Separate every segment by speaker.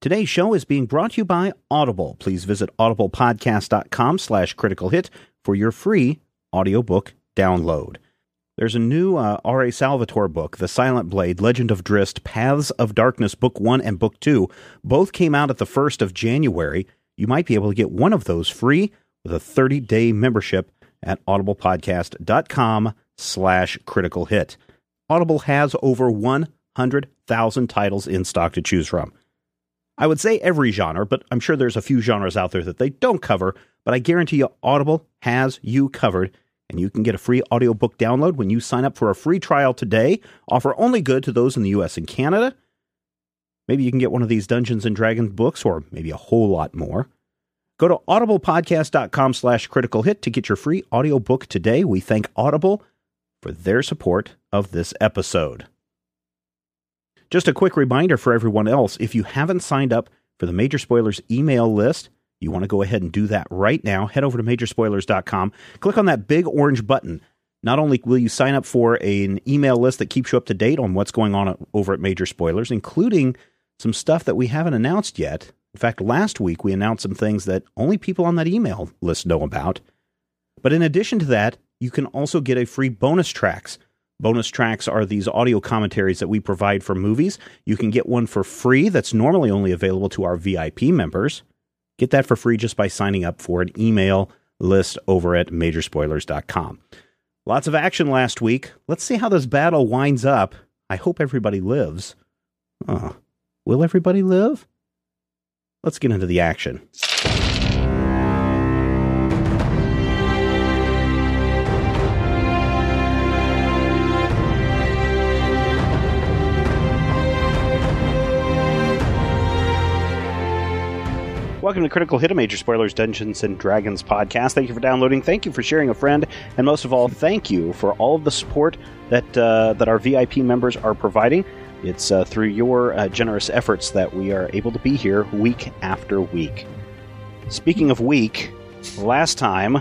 Speaker 1: Today's show is being brought to you by Audible. Please visit audiblepodcast.com slash critical hit for your free audiobook download. There's a new uh, R.A. Salvatore book, The Silent Blade, Legend of Drist, Paths of Darkness, Book 1 and Book 2. Both came out at the 1st of January. You might be able to get one of those free with a 30-day membership at audiblepodcast.com slash critical hit. Audible has over 100,000 titles in stock to choose from. I would say every genre, but I'm sure there's a few genres out there that they don't cover, but I guarantee you Audible has you covered. And you can get a free audiobook download when you sign up for a free trial today. Offer only good to those in the US and Canada. Maybe you can get one of these Dungeons and Dragons books or maybe a whole lot more. Go to audiblepodcast.com slash critical hit to get your free audiobook today. We thank Audible for their support of this episode. Just a quick reminder for everyone else if you haven't signed up for the Major Spoilers email list, you want to go ahead and do that right now. Head over to majorspoilers.com, click on that big orange button. Not only will you sign up for an email list that keeps you up to date on what's going on over at Major Spoilers, including some stuff that we haven't announced yet. In fact, last week we announced some things that only people on that email list know about. But in addition to that, you can also get a free bonus tracks. Bonus tracks are these audio commentaries that we provide for movies. You can get one for free that's normally only available to our VIP members. Get that for free just by signing up for an email list over at majorspoilers.com. Lots of action last week. Let's see how this battle winds up. I hope everybody lives. Huh. Will everybody live? Let's get into the action. Welcome to Critical Hit, a Major Spoilers Dungeons and Dragons podcast. Thank you for downloading. Thank you for sharing a friend, and most of all, thank you for all of the support that uh, that our VIP members are providing. It's uh, through your uh, generous efforts that we are able to be here week after week. Speaking of week, last time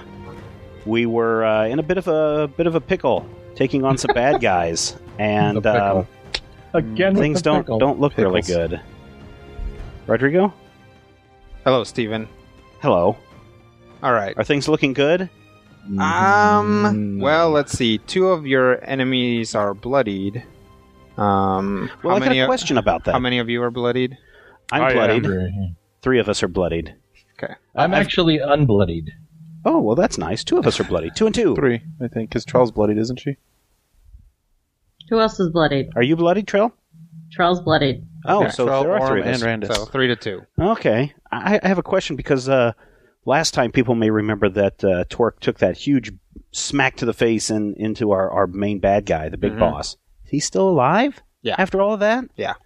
Speaker 1: we were uh, in a bit of a bit of a pickle, taking on some bad guys, and
Speaker 2: The pickle.
Speaker 1: um,
Speaker 3: Again, with
Speaker 1: things
Speaker 3: the
Speaker 1: don't
Speaker 3: pickle.
Speaker 1: don't look really
Speaker 2: Pickles.
Speaker 1: good. Rodrigo,
Speaker 2: Hello, Steven.
Speaker 1: hello.
Speaker 2: All right.
Speaker 1: Are things looking good?
Speaker 2: Um. Well, let's see. Two of your enemies are bloodied. Um.
Speaker 1: Well,
Speaker 2: how
Speaker 1: I
Speaker 2: many?
Speaker 1: got a question about that.
Speaker 2: How many of you are bloodied?
Speaker 1: I'm
Speaker 3: I am
Speaker 1: bloodied.
Speaker 3: very-
Speaker 1: Three of us are bloodied.
Speaker 3: I'm actually unbloodied.
Speaker 1: Oh, well, that's nice. Two of us are bloody. Two and two.
Speaker 4: Three, I think, because Charles bloodied, isn't she?
Speaker 5: Who else is bloodied?
Speaker 1: Are you bloody, Trill?
Speaker 5: Charles bloodied.
Speaker 1: Oh,
Speaker 2: Yeah,
Speaker 1: so
Speaker 4: Trell,
Speaker 1: there are three of
Speaker 4: Orm,
Speaker 1: us.
Speaker 4: and Randus.
Speaker 2: So three to two.
Speaker 1: Okay. I, I have a question because uh, last time people may remember that uh, Torque took that huge smack to the face and into our, our main bad guy, the big
Speaker 2: Mhm.
Speaker 1: boss. He's still alive?
Speaker 2: Yeah.
Speaker 1: After all of that?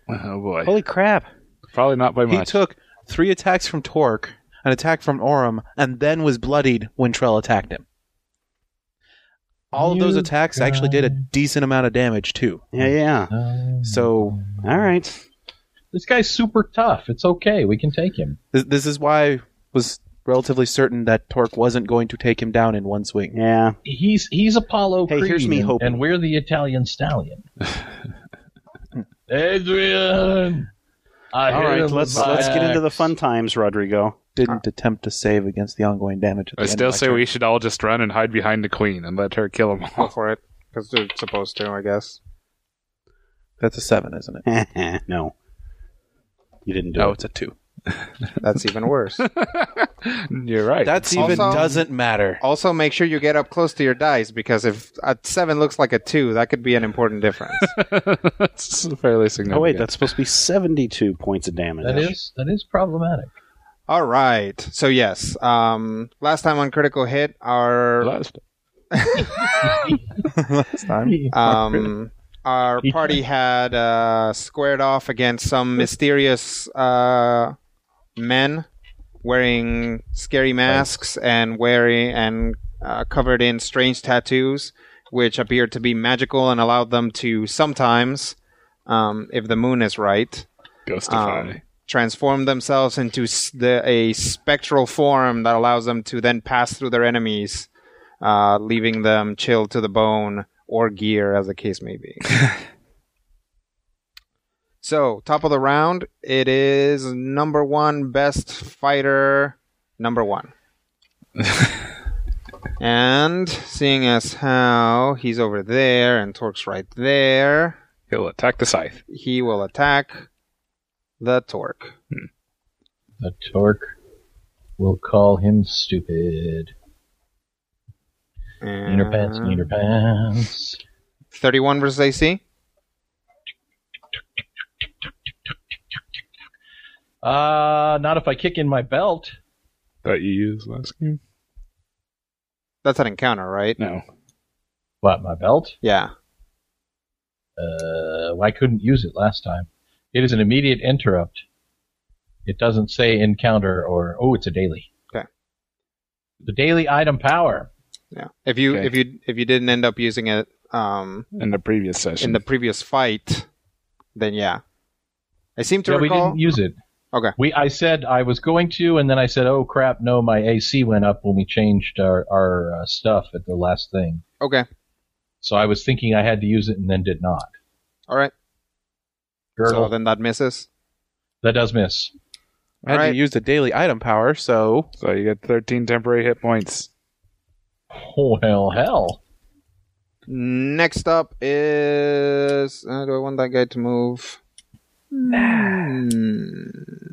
Speaker 4: Oh boy,
Speaker 1: Holy crap.
Speaker 3: Probably not by
Speaker 4: he
Speaker 3: much.
Speaker 4: took three attacks from Torque, an attack from Orim, and then was bloodied when Trell attacked him. All of those
Speaker 3: You
Speaker 4: attacks actually did a decent amount of damage too.
Speaker 1: Yeah, yeah.
Speaker 4: So
Speaker 1: All right.
Speaker 3: Uh, This guy's super tough. It's okay. We can take him.
Speaker 4: th- this is why I was relatively certain that Torque wasn't going to take him down in one swing.
Speaker 1: Yeah.
Speaker 3: He's he's Apollo
Speaker 1: Hey,
Speaker 3: Creed,
Speaker 1: here's me
Speaker 3: and-
Speaker 1: hoping.
Speaker 3: and we're the Italian stallion. Adrian, I
Speaker 4: All
Speaker 3: hear
Speaker 4: right,
Speaker 3: the
Speaker 1: Let's let's get into the fun times, Rodrigo.
Speaker 4: Didn't attempt to save against the ongoing damage. At the
Speaker 6: I
Speaker 4: end of
Speaker 6: still
Speaker 4: my
Speaker 6: say
Speaker 4: turn.
Speaker 6: we should all just run and hide behind the queen and let her kill them
Speaker 2: Go
Speaker 6: all.
Speaker 2: for it. Because they're supposed to, I guess.
Speaker 4: That's a seven, isn't it?
Speaker 1: no. You didn't do
Speaker 4: No,
Speaker 1: it.
Speaker 4: it's a two.
Speaker 2: That's even worse.
Speaker 6: You're right.
Speaker 4: That's even
Speaker 2: Also-
Speaker 4: doesn't matter.
Speaker 2: also, make sure you get up close to your dice because if a seven looks like a two, that could be an important difference.
Speaker 6: That's fairly significant.
Speaker 1: Oh, wait. That's supposed to be 72 points of damage.
Speaker 3: That is that is problematic.
Speaker 2: All right. So yes. Um. Last time on critical hit, our
Speaker 6: Last-
Speaker 4: Last time.
Speaker 2: um our
Speaker 3: Each
Speaker 2: party had uh, squared off against some mysterious uh, men wearing scary masks and wearing and uh, covered in strange tattoos, which appeared to be magical and allowed them to sometimes, um, if the moon is right, um,
Speaker 6: Ghostify.
Speaker 2: transform themselves into s- the, a spectral form that allows them to then pass through their enemies, uh, leaving them chilled to the bone or gear, as the case may be. so, top of the round, it is number one best fighter, number one. and seeing as how he's over there and Torque's right there,
Speaker 6: He'll attack the scythe.
Speaker 2: he will attack the Torque.
Speaker 3: The Torque will call him stupid.
Speaker 1: Mm-hmm.
Speaker 3: Neaterpants,
Speaker 2: And-
Speaker 3: neaterpants.
Speaker 2: 31 versus AC.
Speaker 3: Uh, not if I kick in my belt.
Speaker 6: That you used last game?
Speaker 2: That's an encounter, right?
Speaker 6: No.
Speaker 3: What, my belt?
Speaker 2: Yeah.
Speaker 3: Uh, well, I couldn't use it last time. It is an immediate interrupt. It doesn't say encounter or oh, it's a daily.
Speaker 2: Okay.
Speaker 3: The daily item power.
Speaker 2: Yeah. If you
Speaker 6: Okay.
Speaker 2: if you if you didn't end up using it um
Speaker 6: In the previous session.
Speaker 2: in the previous fight, then yeah. I seem to
Speaker 3: Yeah, we
Speaker 2: recall
Speaker 3: didn't use it.
Speaker 2: Okay.
Speaker 3: We I said I was going to, and then I said, oh crap, no, my AC went up when we changed our our uh, stuff at the last thing.
Speaker 2: Okay.
Speaker 3: So I was thinking I had to use it, and then did not.
Speaker 2: All right.
Speaker 3: Girdle.
Speaker 2: So then that misses.
Speaker 3: that does miss.
Speaker 4: I had
Speaker 2: Alright.
Speaker 4: to use the daily item power, so
Speaker 6: so you get 13 temporary hit points.
Speaker 3: Oh hell, hell.
Speaker 2: Next up is uh, do I want that guy to move? Hmm.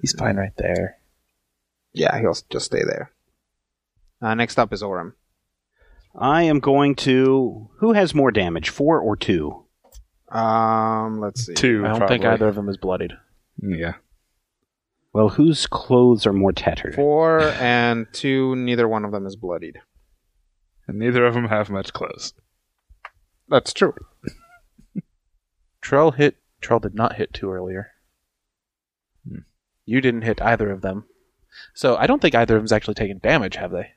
Speaker 4: he's fine right there.
Speaker 2: Yeah, he'll s- just stay there. Uh, next up is Orim.
Speaker 1: I am going to. Who has more damage, four or two?
Speaker 2: Um, let's see.
Speaker 6: Two.
Speaker 4: I don't think
Speaker 6: probably.
Speaker 4: either of them is bloodied.
Speaker 6: Yeah.
Speaker 1: Well, whose clothes are more tattered?
Speaker 2: Four and two. Neither one of them is bloodied.
Speaker 6: And neither of them have much clothes.
Speaker 2: That's true.
Speaker 4: Trell hit. Trell did not hit two earlier.
Speaker 6: Hmm.
Speaker 4: You didn't hit either of them, so I don't think either of them's actually taken damage, have they?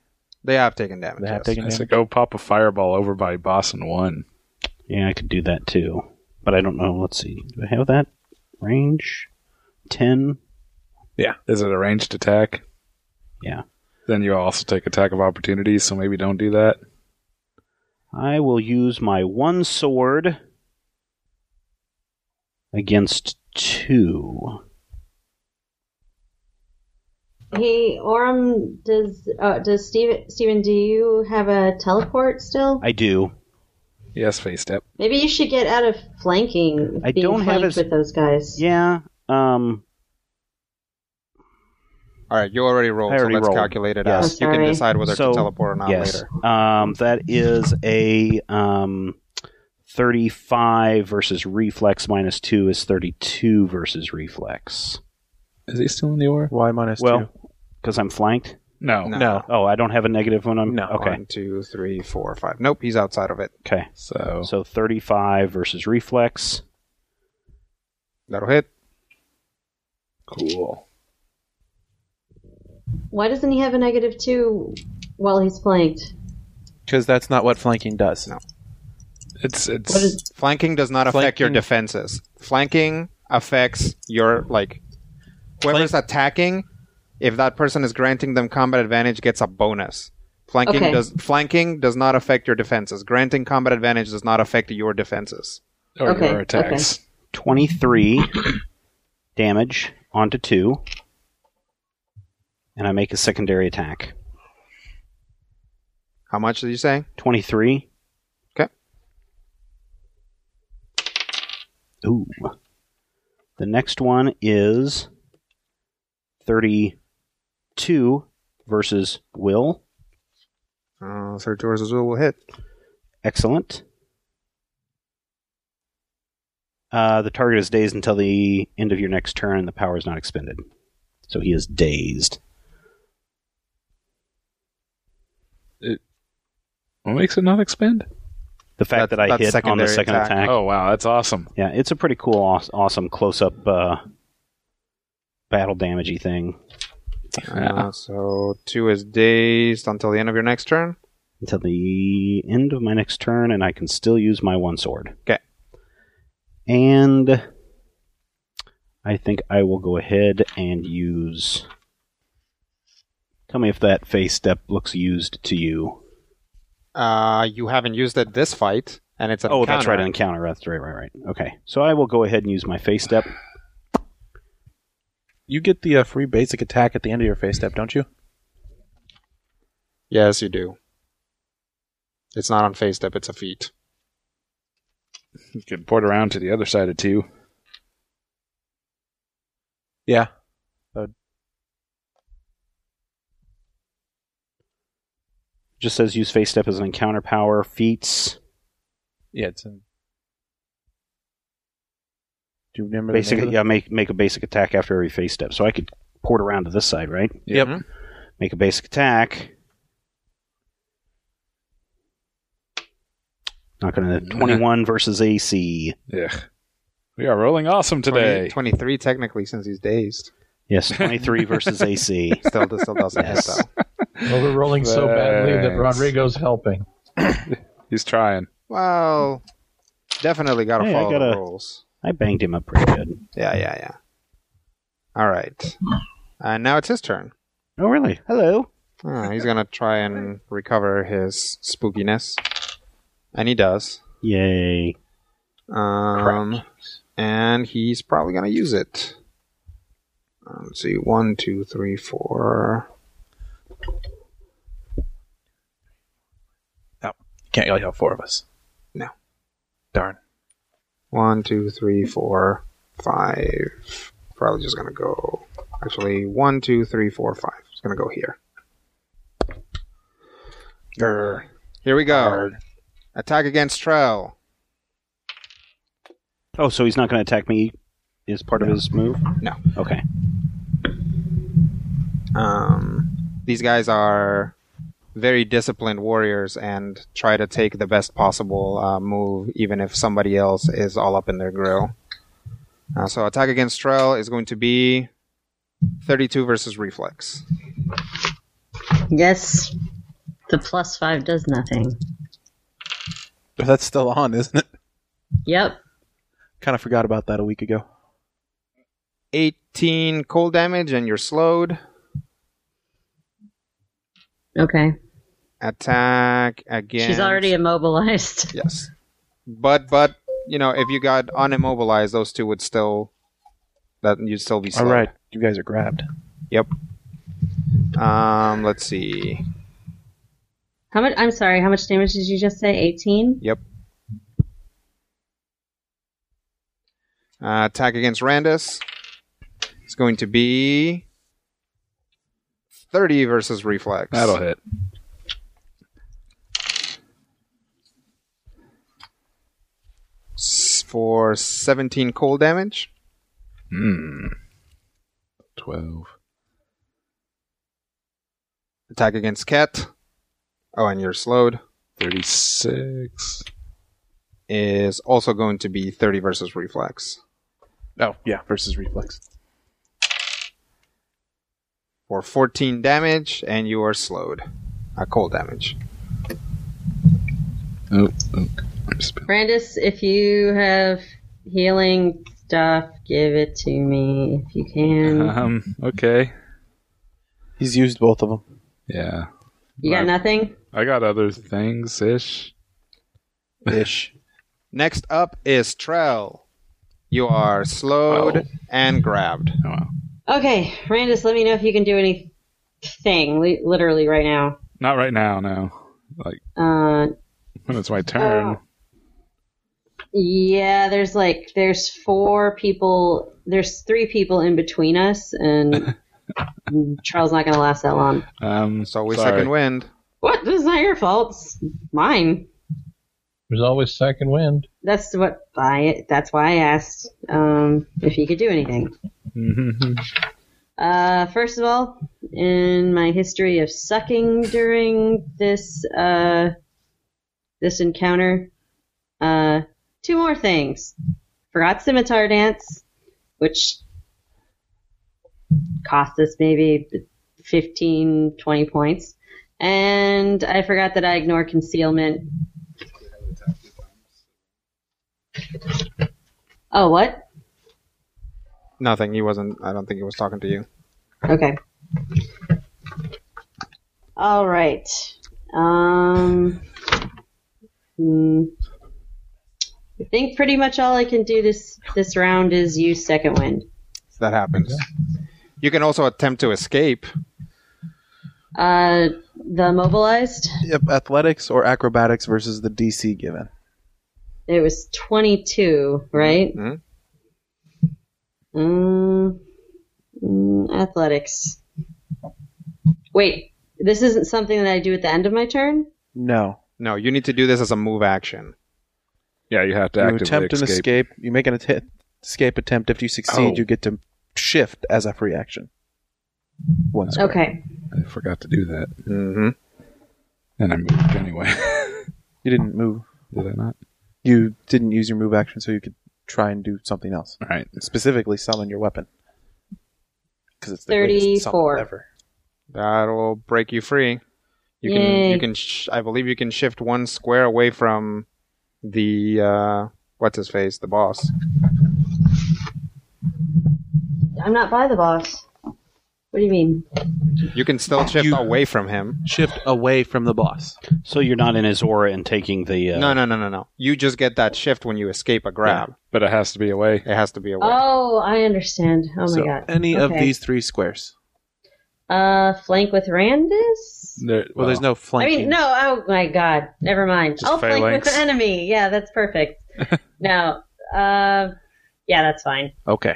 Speaker 2: They have taken damage.
Speaker 4: They have
Speaker 2: yes.
Speaker 4: taken
Speaker 6: I
Speaker 4: damage.
Speaker 6: say go pop a fireball over by boss and one.
Speaker 1: Yeah, I could do that too. But I don't know. Let's see. Do I have that range? Ten?
Speaker 6: Yeah. Is it a ranged attack?
Speaker 1: Yeah.
Speaker 6: Then you also take attack of opportunities, so maybe don't do that.
Speaker 1: I will use my one sword against two.
Speaker 5: Hey, Orem, does uh, does Steven, Steven, do you have a teleport still?
Speaker 1: I do.
Speaker 6: Yes, face step.
Speaker 5: Maybe you should get out of flanking.
Speaker 1: I
Speaker 5: being
Speaker 1: don't have
Speaker 5: flanked
Speaker 1: as-
Speaker 5: with those guys.
Speaker 1: Yeah. Um.
Speaker 2: All right, you already rolled,
Speaker 1: I already
Speaker 2: so let's
Speaker 1: rolled.
Speaker 2: calculate it
Speaker 1: Yes.
Speaker 2: out. You can
Speaker 5: Sorry.
Speaker 2: decide whether
Speaker 1: So,
Speaker 2: to teleport or not
Speaker 1: yes.
Speaker 2: later.
Speaker 1: Um. That is a um. Thirty-five versus reflex minus two is thirty-two versus reflex.
Speaker 6: Is he still in the aura?
Speaker 4: Why minus
Speaker 1: Well, because I'm flanked.
Speaker 6: No.
Speaker 4: two?
Speaker 2: no.
Speaker 4: No.
Speaker 1: Oh, I don't have a negative when I'm
Speaker 4: No,
Speaker 1: Okay.
Speaker 2: One, two, three, four, five. Nope, he's outside of it.
Speaker 1: Okay.
Speaker 6: So,
Speaker 1: So thirty-five versus reflex.
Speaker 2: That'll hit.
Speaker 6: cool.
Speaker 5: Why doesn't he have a negative two while he's flanked?
Speaker 4: Because that's not what flanking does.
Speaker 2: No.
Speaker 6: It's it's
Speaker 5: What is
Speaker 2: Flanking does not affect your
Speaker 4: Flanking-
Speaker 2: defenses. Flanking affects your like whoever's attacking. If that person is granting them combat advantage, gets a bonus. Flanking
Speaker 5: Okay.
Speaker 2: does flanking does not affect your defenses. Granting combat advantage does not affect your defenses.
Speaker 6: or
Speaker 5: Okay,
Speaker 6: your attacks.
Speaker 1: Twenty-three damage onto two, and I make a secondary attack.
Speaker 2: How much did you say?
Speaker 1: Twenty-three.
Speaker 2: 'Kay.
Speaker 1: Ooh. The next one is thirty-two versus will.
Speaker 2: Uh, Sir George Azul will hit.
Speaker 1: Excellent. Uh, the target is dazed until the end of your next turn, and the power is not expended. So he is dazed.
Speaker 6: What makes it not expend?
Speaker 1: the fact
Speaker 2: That's-
Speaker 1: that I
Speaker 2: that's
Speaker 1: hit on the
Speaker 2: secondary
Speaker 1: second attack.
Speaker 2: attack.
Speaker 6: Oh wow, that's awesome.
Speaker 1: Yeah, it's a pretty cool, aw- awesome close-up uh, battle damagey thing
Speaker 2: Uh, so two is dazed until the end of your next turn.
Speaker 1: until the end of my next turn, and I can still use my one sword.
Speaker 2: 'Kay.
Speaker 1: And I think I will go ahead and use. Tell me if that face step looks used to you.
Speaker 2: Uh, you haven't used it this fight, and it's an
Speaker 1: oh, that's right,
Speaker 2: encounter.
Speaker 1: an encounter. That's right, right, right. Okay, so I will go ahead and use my face step.
Speaker 4: You get the uh, free basic attack at the end of your face step, don't you?
Speaker 2: Yes, you do. It's not on face step; it's a feat.
Speaker 6: You can port around to the other side of two.
Speaker 4: Yeah.
Speaker 1: Just says use face step as an encounter power. Feats.
Speaker 4: Yeah, it's in. Do you remember? the name
Speaker 1: Basic,
Speaker 4: of the-
Speaker 1: yeah, make make a basic attack after every face step. So I could port around to this side, right?
Speaker 4: Yep.
Speaker 2: Mhm.
Speaker 1: Make a basic attack. Not gonna
Speaker 2: Mm-hmm.
Speaker 1: twenty-one versus AC.
Speaker 6: Yeah. We are rolling awesome
Speaker 2: 20
Speaker 6: today.
Speaker 2: Twenty-three technically, since he's dazed.
Speaker 1: Yes, twenty-three versus AC.
Speaker 2: Still, this still doesn't hit
Speaker 1: Yes.
Speaker 2: though.
Speaker 3: Well, we're rolling so badly that
Speaker 6: Thanks.
Speaker 3: Rodrigo's helping.
Speaker 6: He's trying.
Speaker 2: Well, definitely gotta
Speaker 1: Hey, I
Speaker 2: follow
Speaker 1: gotta-
Speaker 2: the rules.
Speaker 1: I banged him up pretty good.
Speaker 2: Yeah, yeah, yeah. All right. And now it's his turn.
Speaker 1: Oh, really? Hello.
Speaker 2: Oh, he's gonna try and recover his spookiness, and he does.
Speaker 1: Yay!
Speaker 2: Um, and he's probably gonna use it. Um, Let's see, one, two, three, four.
Speaker 4: Can't really help four of us.
Speaker 2: No.
Speaker 4: Darn.
Speaker 2: One, two, three, four, five. Probably just gonna go. Actually, one, two, three, four, five. It's gonna go here. Grr. Here we go. Attack against Trell.
Speaker 1: Oh, so he's not gonna attack me. Is part of his move?
Speaker 2: No.
Speaker 1: Okay.
Speaker 2: Um, these guys are very disciplined warriors and try to take the best possible uh, move, even if somebody else is all up in their grill. Uh, so, attack against Trell is going to be 32 versus reflex.
Speaker 5: Yes. The plus five does nothing.
Speaker 4: But that's still on, isn't it?
Speaker 5: Yep.
Speaker 4: Kind of forgot about that a week ago.
Speaker 2: 18 cold damage, and you're slowed.
Speaker 5: Okay.
Speaker 2: Attack again.
Speaker 5: She's already immobilized.
Speaker 2: Yes. But, but, you know, if you got unimmobilized, those two would still. That you'd still be
Speaker 4: All
Speaker 2: slowed.
Speaker 4: right, you guys are grabbed.
Speaker 2: Yep. Um, let's see.
Speaker 5: How much? I'm sorry. How much damage did you just say? 18.
Speaker 2: Yep. Uh, attack against Randus. It's going to be 30 versus Reflex.
Speaker 6: That'll hit.
Speaker 2: S- For 17 cold damage.
Speaker 6: Hmm. Twelve.
Speaker 2: Attack against Ket. Oh, and you're slowed.
Speaker 6: Thirty-six.
Speaker 2: Is also going to be 30 versus Reflex.
Speaker 4: Oh, yeah, versus reflex.
Speaker 2: For 14 damage, and you are slowed. Uh, cold damage.
Speaker 6: Oh, oh. I'm spin-
Speaker 5: Brandis, if you have healing stuff, give it to me if you can.
Speaker 6: Um. Okay.
Speaker 4: He's used both of them.
Speaker 6: Yeah.
Speaker 5: you got
Speaker 6: I-
Speaker 5: nothing?
Speaker 6: I got other things ish.
Speaker 4: Ish.
Speaker 2: Next up is Trell. You are slowed
Speaker 6: Oh.
Speaker 2: and grabbed.
Speaker 6: Oh, wow.
Speaker 5: Okay, Brandis, let me know if you can do anything, li- literally right now.
Speaker 6: Not right now. No. Like
Speaker 5: Uh,
Speaker 6: when it's my
Speaker 5: Oh.
Speaker 6: turn.
Speaker 5: yeah, there's like there's four people, there's three people in between us, and Charles not gonna last that long.
Speaker 6: Um.
Speaker 2: So we
Speaker 6: sorry.
Speaker 2: second wind.
Speaker 5: What? This is not your fault. It's mine.
Speaker 3: There's always second wind.
Speaker 5: That's what I. That's why I asked um, if you could do anything.
Speaker 6: Mhm.
Speaker 5: Uh, first of all, in my history of sucking during this uh, this encounter, Uh, two more things. Forgot scimitar dance, which cost us maybe 15, 20 points. And I forgot that I ignore concealment. Oh, what?
Speaker 2: Nothing. He wasn't. I don't think he was talking to you.
Speaker 5: Okay. All right. Um, hmm. I think pretty much all I can do this this round is use second wind.
Speaker 2: That happens. You can also attempt to escape.
Speaker 5: Uh, the mobilized.
Speaker 4: Yep, athletics or acrobatics versus the DC given.
Speaker 5: It was twenty two, right?
Speaker 2: Mhm.
Speaker 5: Um, mm, athletics. Wait, this isn't something that I do at the end of my turn.
Speaker 4: No.
Speaker 2: No, you need to do this as a move action.
Speaker 6: Yeah, you have to
Speaker 4: you
Speaker 6: actively
Speaker 4: attempt
Speaker 6: escape.
Speaker 4: an escape. You make an att- escape attempt. If you succeed,
Speaker 6: Oh.
Speaker 4: you get to shift as a free action. One square.
Speaker 5: Okay.
Speaker 6: I forgot to do that,
Speaker 2: Mm-hmm.
Speaker 6: and I moved anyway.
Speaker 4: You didn't move.
Speaker 6: Did I not?
Speaker 4: You didn't use your move action, so you could try and do something else.
Speaker 6: All right.
Speaker 4: Specifically, summon your weapon. Because it's the greatest summon
Speaker 5: 34.
Speaker 4: ever.
Speaker 2: That'll break you free. You can.
Speaker 5: Yay.
Speaker 2: You can. Sh- I believe you can shift one square away from the uh, what's his face, the boss.
Speaker 5: I'm not by the boss. What do you mean?
Speaker 2: You can still shift
Speaker 4: Ah, You-
Speaker 2: away from him.
Speaker 4: Shift away from the boss.
Speaker 1: So you're not in his aura and taking the. Uh,
Speaker 2: No, no, no, no, no. You just get that shift when you escape a grab.
Speaker 6: But it has to be away.
Speaker 2: It has to be away.
Speaker 5: Oh, I understand. Oh my
Speaker 4: so
Speaker 5: god.
Speaker 4: any of
Speaker 5: Okay.
Speaker 4: these three squares.
Speaker 5: Uh, flank with Randis.
Speaker 6: There,
Speaker 4: Well, there's no
Speaker 5: I
Speaker 4: flanking.
Speaker 5: mean, no. Oh my god. Never mind.
Speaker 6: Just
Speaker 5: I'll flank
Speaker 6: phalanx.
Speaker 5: with the enemy. Yeah, that's perfect. no. Uh, yeah, that's fine.
Speaker 4: Okay.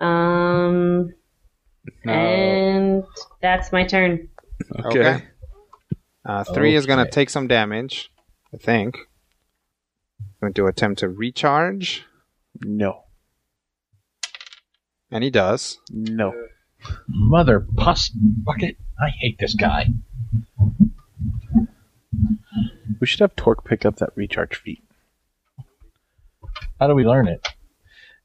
Speaker 5: Um,
Speaker 6: No.
Speaker 5: and that's my turn.
Speaker 6: Okay.
Speaker 2: Uh, three is going to
Speaker 3: Okay.
Speaker 2: take some damage, I think. Going to attempt to recharge,
Speaker 4: No.
Speaker 2: and he does.
Speaker 4: No.
Speaker 3: Mother pus bucket. I hate this guy.
Speaker 4: We should have Torque pick up that recharge feat.
Speaker 3: How do we learn it?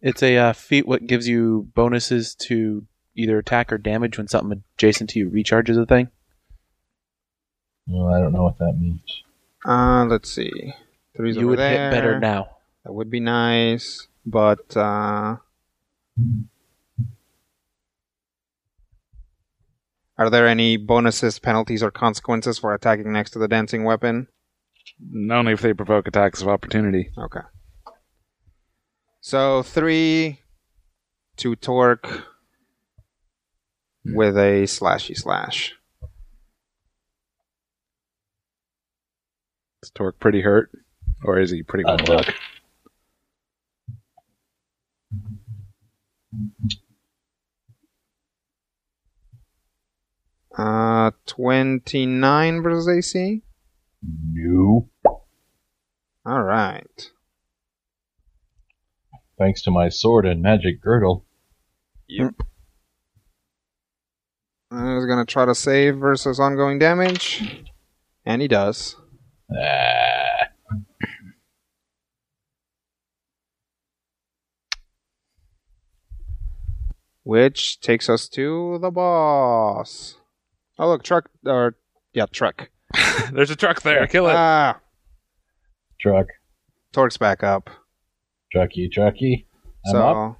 Speaker 4: It's a uh, feat what gives you bonuses to either attack or damage when something adjacent to you recharges a thing.
Speaker 3: Well, I don't know what that means.
Speaker 2: Uh, let's see. Three's
Speaker 4: you
Speaker 2: over
Speaker 4: would
Speaker 2: there.
Speaker 4: hit better now.
Speaker 2: That would be nice, but uh, are there any bonuses, penalties, or consequences for attacking next to the dancing weapon?
Speaker 6: Only if they provoke attacks of opportunity.
Speaker 2: Okay. So three to torque with a slashy slash.
Speaker 6: Is Torque pretty hurt, or is he pretty well?
Speaker 3: Uh, look.
Speaker 2: Uh, 29 versus AC?
Speaker 3: No.
Speaker 2: All right.
Speaker 3: Thanks to my sword and magic girdle.
Speaker 2: I was going to try to save versus ongoing damage. And he does.
Speaker 3: Ah.
Speaker 2: Which takes us to the boss. Oh, look, truck. Or, yeah, truck.
Speaker 6: there's a truck there. Kill
Speaker 4: Uh,
Speaker 6: it.
Speaker 2: Ah!
Speaker 3: Truck,
Speaker 2: Torque's back up.
Speaker 3: trucky, trucky. I'm
Speaker 2: so,
Speaker 3: up.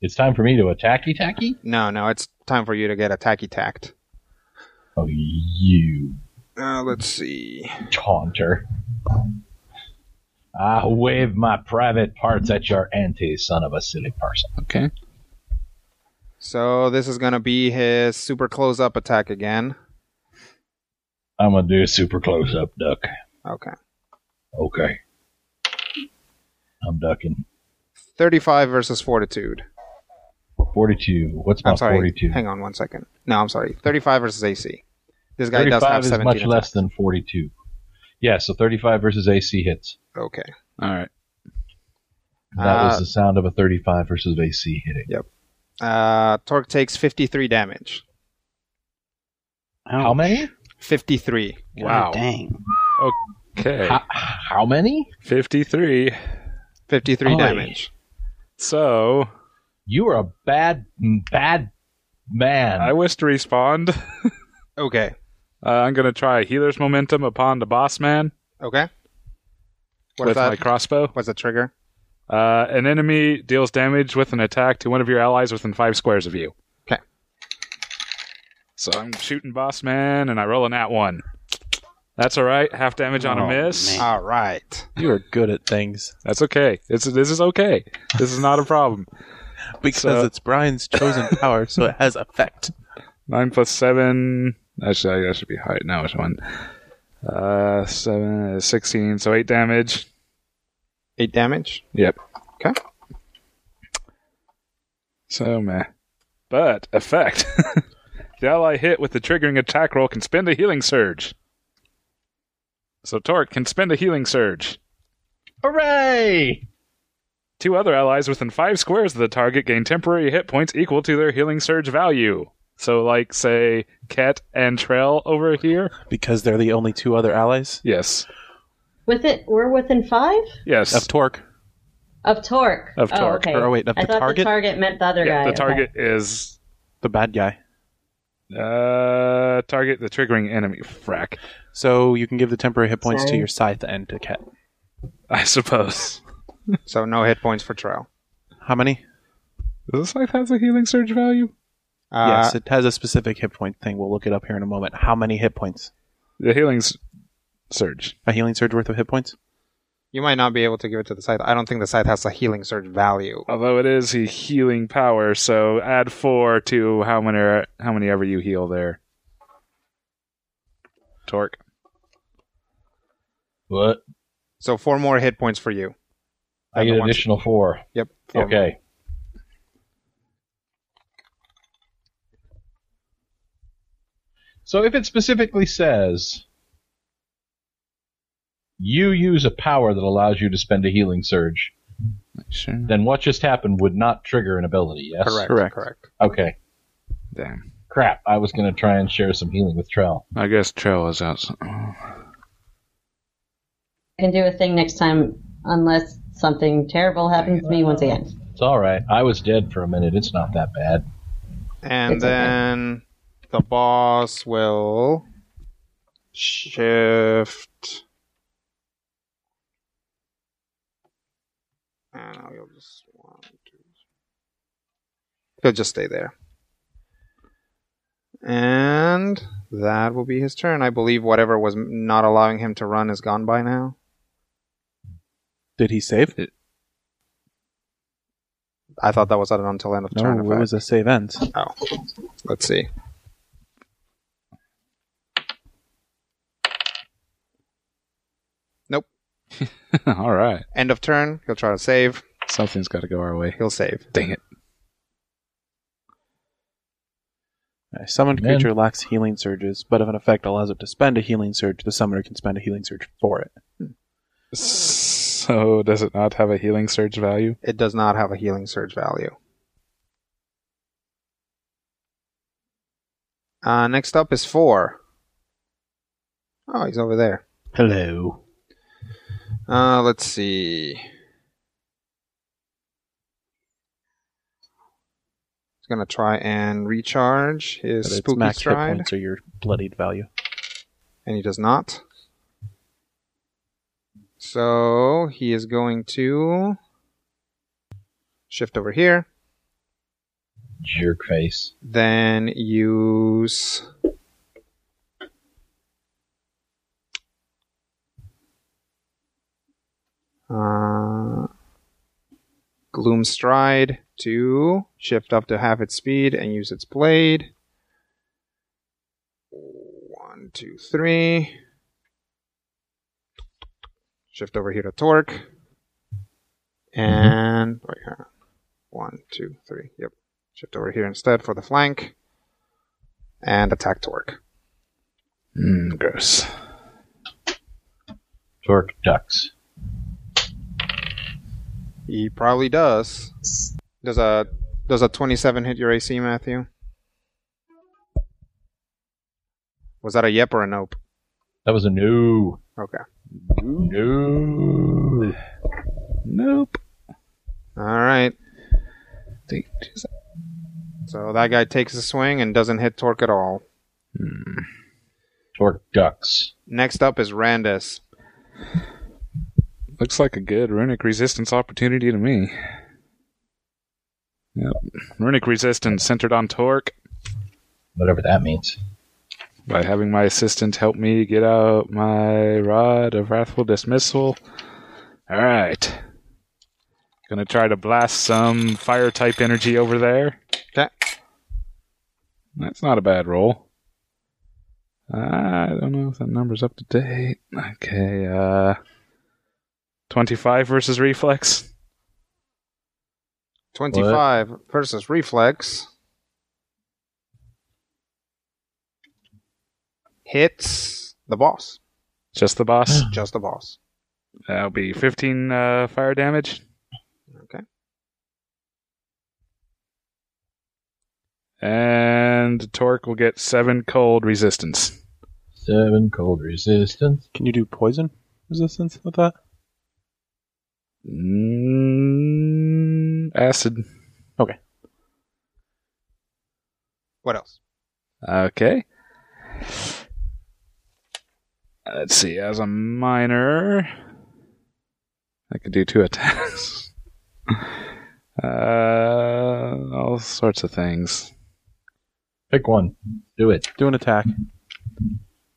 Speaker 3: It's time for me to attacky tacky.
Speaker 2: no, no, it's time for you to get attacky tacked.
Speaker 3: Oh, you
Speaker 2: Uh, let's see.
Speaker 3: taunter! I wave my private parts at your ante, son of a silly person.
Speaker 6: Okay.
Speaker 2: So this is gonna be his super close up attack again.
Speaker 3: I'm gonna do a super close up duck.
Speaker 2: Okay.
Speaker 3: Okay. I'm ducking.
Speaker 2: 35 versus fortitude.
Speaker 3: 42. What's my
Speaker 2: I'm sorry.
Speaker 3: 42?
Speaker 2: Hang on one second. No, I'm sorry. 35 versus AC. This guy does
Speaker 3: 35
Speaker 2: have
Speaker 3: is
Speaker 2: 17.
Speaker 3: much
Speaker 2: attack.
Speaker 3: less than 42. Yeah, so 35 versus AC hits.
Speaker 2: Okay.
Speaker 6: All right.
Speaker 3: That
Speaker 2: Uh,
Speaker 3: was the sound of a 35 versus AC hitting.
Speaker 2: Uh, Torque takes 53 damage.
Speaker 1: ouch.
Speaker 3: How many?
Speaker 1: God
Speaker 2: 53.
Speaker 6: Wow.
Speaker 1: Dang.
Speaker 6: Okay.
Speaker 3: How, how many?
Speaker 6: 53.
Speaker 2: 53
Speaker 3: Oy.
Speaker 2: damage.
Speaker 6: So,
Speaker 3: You are a bad, bad man.
Speaker 6: I wish to respond.
Speaker 2: Okay.
Speaker 6: Uh, I'm going to try Healer's Momentum upon the boss man
Speaker 2: Okay. What is
Speaker 6: with my
Speaker 2: that?
Speaker 6: crossbow.
Speaker 2: What's the trigger?
Speaker 6: Uh, an enemy deals damage with an attack to one of your allies within five squares of you.
Speaker 2: 'Kay.
Speaker 6: So I'm shooting boss man, and I roll a nat one. That's all right. Half damage on
Speaker 1: Oh,
Speaker 6: a miss.
Speaker 1: man.
Speaker 2: All right.
Speaker 4: You are good at things
Speaker 6: That's okay. It's, this is okay. This is not a problem.
Speaker 4: because
Speaker 6: So-
Speaker 4: it's Brian's chosen power, so it has effect.
Speaker 6: Nine plus seven. Actually, I should be high. No, it's one. Uh, seven, uh, 16, so eight damage.
Speaker 2: 8 damage.
Speaker 6: Yep.
Speaker 2: 'Kay.
Speaker 6: So meh. But effect. the ally hit with the triggering attack roll can spend a healing surge. So Torque can spend a healing surge.
Speaker 3: Hooray!
Speaker 6: Two other allies within five squares of the target gain temporary hit points equal to their healing surge value. So, like, say, Ket and Trail over here?
Speaker 4: Because they're the only two other allies
Speaker 6: Yes.
Speaker 5: With it, we're within five
Speaker 6: Yes.
Speaker 4: of Torque.
Speaker 5: of Torque.
Speaker 6: Of
Speaker 5: oh,
Speaker 6: Torque.
Speaker 5: Okay.
Speaker 4: Or wait, of
Speaker 5: I
Speaker 4: the
Speaker 5: thought
Speaker 4: target?
Speaker 5: the target meant the other
Speaker 6: Yeah,
Speaker 5: guy.
Speaker 6: the target is
Speaker 4: the bad guy.
Speaker 6: uh target the triggering enemy. Frack.
Speaker 4: So you can give the temporary hit points to
Speaker 5: Sorry.
Speaker 4: your scythe and to Cat.
Speaker 6: I suppose.
Speaker 2: So no hit points for Trail.
Speaker 4: How many?
Speaker 6: Does this like has a healing surge value?
Speaker 2: Uh,
Speaker 4: yes, it has a specific hit point thing. We'll look it up here in a moment. How many hit points?
Speaker 6: The healing s- surge.
Speaker 4: A healing surge worth of hit points?
Speaker 2: You might not be able to give it to the scythe. I don't think the scythe has a healing surge value.
Speaker 6: Although it is a healing power, so add four to how many are, how many ever you heal there. Torque.
Speaker 3: What?
Speaker 2: So four more hit points for you.
Speaker 3: I get
Speaker 2: Everyone's-
Speaker 3: additional four.
Speaker 2: Yep. four more.
Speaker 3: Okay. So if it specifically says you use a power that allows you to spend a healing surge,
Speaker 6: Sure.
Speaker 3: then what just happened would not trigger an ability, yes?
Speaker 2: Correct.
Speaker 4: Correct.
Speaker 2: Correct.
Speaker 3: Okay.
Speaker 6: Damn.
Speaker 3: Crap. I was going to try and share some healing with Trell.
Speaker 6: I guess Trail is out.
Speaker 5: I can do a thing next time unless something terrible happens to me once again.
Speaker 3: It's all right. I was dead for a minute. It's not that bad.
Speaker 2: And
Speaker 5: It's okay.
Speaker 2: then the boss will shift. And I'll go just one, two. He'll just stay there. And that will be his turn. I believe whatever was m- not allowing him to run is gone by now.
Speaker 4: Did he save?
Speaker 2: I thought that was at an until end of
Speaker 4: No,
Speaker 2: turn.
Speaker 4: it
Speaker 2: effect.
Speaker 4: was a save end.
Speaker 2: Oh, let's see.
Speaker 6: All right.
Speaker 2: End of turn. He'll try to save.
Speaker 6: Something's got to go our way.
Speaker 2: He'll save.
Speaker 6: Dang it.
Speaker 4: A summoned
Speaker 3: Man.
Speaker 4: creature lacks healing surges, but if an effect allows it to spend a healing surge, the summoner can spend a healing surge for it.
Speaker 6: So does it not have a healing surge value?
Speaker 2: It does not have a healing surge value. Uh, next up is four. Oh, he's over there.
Speaker 1: Hello.
Speaker 2: Uh, let's see. He's gonna try and recharge
Speaker 4: But
Speaker 2: his
Speaker 4: its
Speaker 2: spooky
Speaker 4: max hit
Speaker 2: stride,
Speaker 4: points are your bloodied value.
Speaker 2: and he does not. So he is going to shift over here.
Speaker 3: Jerk face.
Speaker 2: then use uh, Gloom Stride to shift up to half its speed and use its blade. One, two, three. Shift over here to Torque. And wait, hang on. one, two, three. Yep. Shift over here instead for the flank. And attack torque.
Speaker 6: Mm, gross.
Speaker 3: Torque ducks.
Speaker 2: He probably does. Does a does a twenty seven hit your AC, Matthew? Was that a yep or a nope?
Speaker 3: That was a no.
Speaker 2: Okay.
Speaker 6: No. Nope.
Speaker 2: All right.
Speaker 6: Take two sec-
Speaker 2: So that guy takes a swing and doesn't hit Torque at all.
Speaker 3: Torque ducks.
Speaker 2: Next up is Randus.
Speaker 6: Looks like a good runic resistance opportunity to me. Yep. Runic resistance centered on Torque
Speaker 3: Whatever that means.
Speaker 6: by having my assistant help me get out my rod of wrathful dismissal. All right. Gonna try to blast some fire type energy over there.
Speaker 2: Okay.
Speaker 6: That's not a bad roll. I don't know if that number's up to date. Okay, uh 25 versus reflex.
Speaker 2: 25 versus Reflex. Hits the boss.
Speaker 6: Just the boss.
Speaker 2: Just the boss.
Speaker 6: That'll be 15 uh, fire damage.
Speaker 2: Okay.
Speaker 6: And Torque will get 7 cold resistance.
Speaker 3: Seven cold resistance.
Speaker 4: Can you do poison resistance with that?
Speaker 6: Mm, acid.
Speaker 2: What else?
Speaker 6: Okay. Let's see. As a minor, I could do two attacks. uh, all sorts of things.
Speaker 3: Pick one. Do it.
Speaker 4: Do an attack.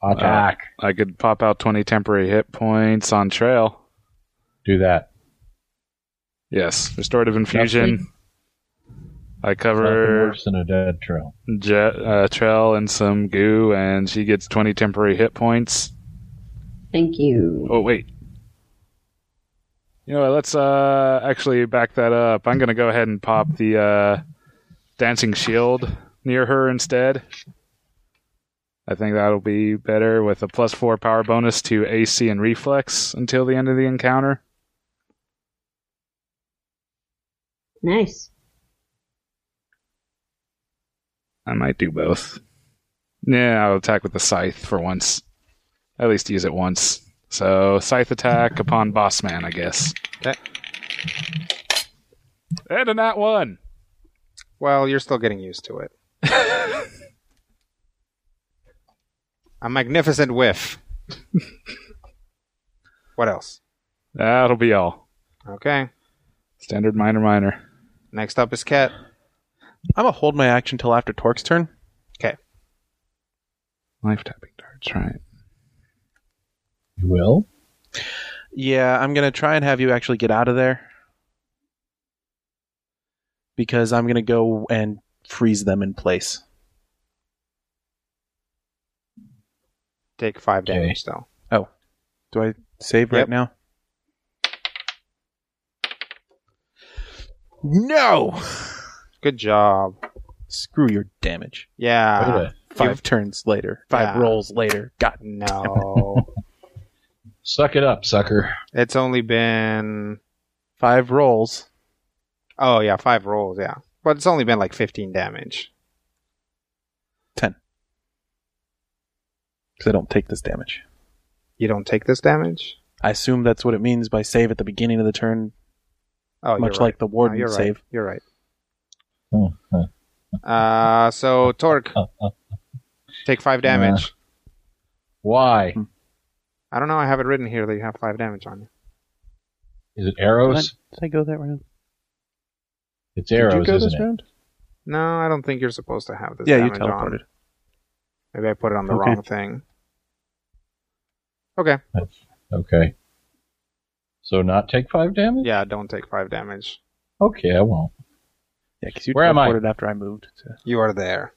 Speaker 3: Attack.
Speaker 6: I could pop out 20 temporary hit points on trail.
Speaker 3: Do that.
Speaker 6: Yes, restorative infusion. I
Speaker 3: Nothing
Speaker 6: cover
Speaker 3: worse than a dead trail.
Speaker 6: jet, uh, Trell and some goo, and she gets 20 temporary hit points.
Speaker 5: Thank you.
Speaker 6: Oh, wait. You know what? Let's uh, actually back that up. I'm going to go ahead and pop the uh, dancing shield near her instead. I think that'll be better with a plus four power bonus to AC and reflex until the end of the encounter.
Speaker 5: Nice.
Speaker 6: I might do both. Yeah, I'll attack with the scythe for once. At least use it once. So scythe attack upon boss man, I guess.
Speaker 2: Okay.
Speaker 6: And a nat one.
Speaker 2: Well, you're still getting used to it. A magnificent whiff. what else?
Speaker 6: That'll be all.
Speaker 2: Okay.
Speaker 6: Standard minor minor.
Speaker 2: Next up is Cat.
Speaker 4: I'm gonna hold my action till after Torque's turn.
Speaker 6: Life tapping darts, right?
Speaker 3: You will?
Speaker 4: Yeah, I'm gonna try and have you actually get out of there because I'm gonna go and freeze them in place.
Speaker 2: Take five
Speaker 3: Okay.
Speaker 2: damage though.
Speaker 4: Oh. Do I save right
Speaker 2: Yep.
Speaker 4: now? No!
Speaker 2: Good job.
Speaker 4: Screw your damage.
Speaker 3: Wait
Speaker 2: Yeah.
Speaker 3: a-
Speaker 4: Five Ah. turns later, five
Speaker 2: Yeah.
Speaker 4: rolls later. God,
Speaker 2: No.
Speaker 3: Suck it up, sucker.
Speaker 2: it's only been
Speaker 4: five rolls.
Speaker 2: oh yeah, five rolls, yeah. But it's only been like fifteen damage.
Speaker 4: Because I don't take this damage.
Speaker 2: You don't take this damage?
Speaker 4: I assume that's what it means by save at the beginning of the turn.
Speaker 2: Oh you're
Speaker 4: Much
Speaker 2: right.
Speaker 4: like the
Speaker 2: No,
Speaker 4: warden
Speaker 2: you're
Speaker 4: save.
Speaker 2: Right. You're right.
Speaker 3: Oh, huh.
Speaker 2: Uh so Torque. take five damage.
Speaker 3: Why?
Speaker 2: I don't know, I have it written here that you have five damage on you.
Speaker 3: Is it
Speaker 4: Did I,
Speaker 3: arrows?
Speaker 4: did I go that round?
Speaker 3: It's
Speaker 4: did you
Speaker 3: arrows,
Speaker 4: go this
Speaker 3: isn't it?
Speaker 4: round?
Speaker 2: No, I don't think you're supposed to have this
Speaker 4: Yeah, you
Speaker 2: damage
Speaker 4: teleported.
Speaker 2: on. Maybe I put it on the
Speaker 1: Okay.
Speaker 2: wrong thing. Okay.
Speaker 3: Okay. So not take five damage?
Speaker 2: Yeah, don't take five damage.
Speaker 3: Okay, I won't.
Speaker 4: Yeah, because you
Speaker 3: Where am I?
Speaker 4: teleported after I moved. so-
Speaker 2: You are there.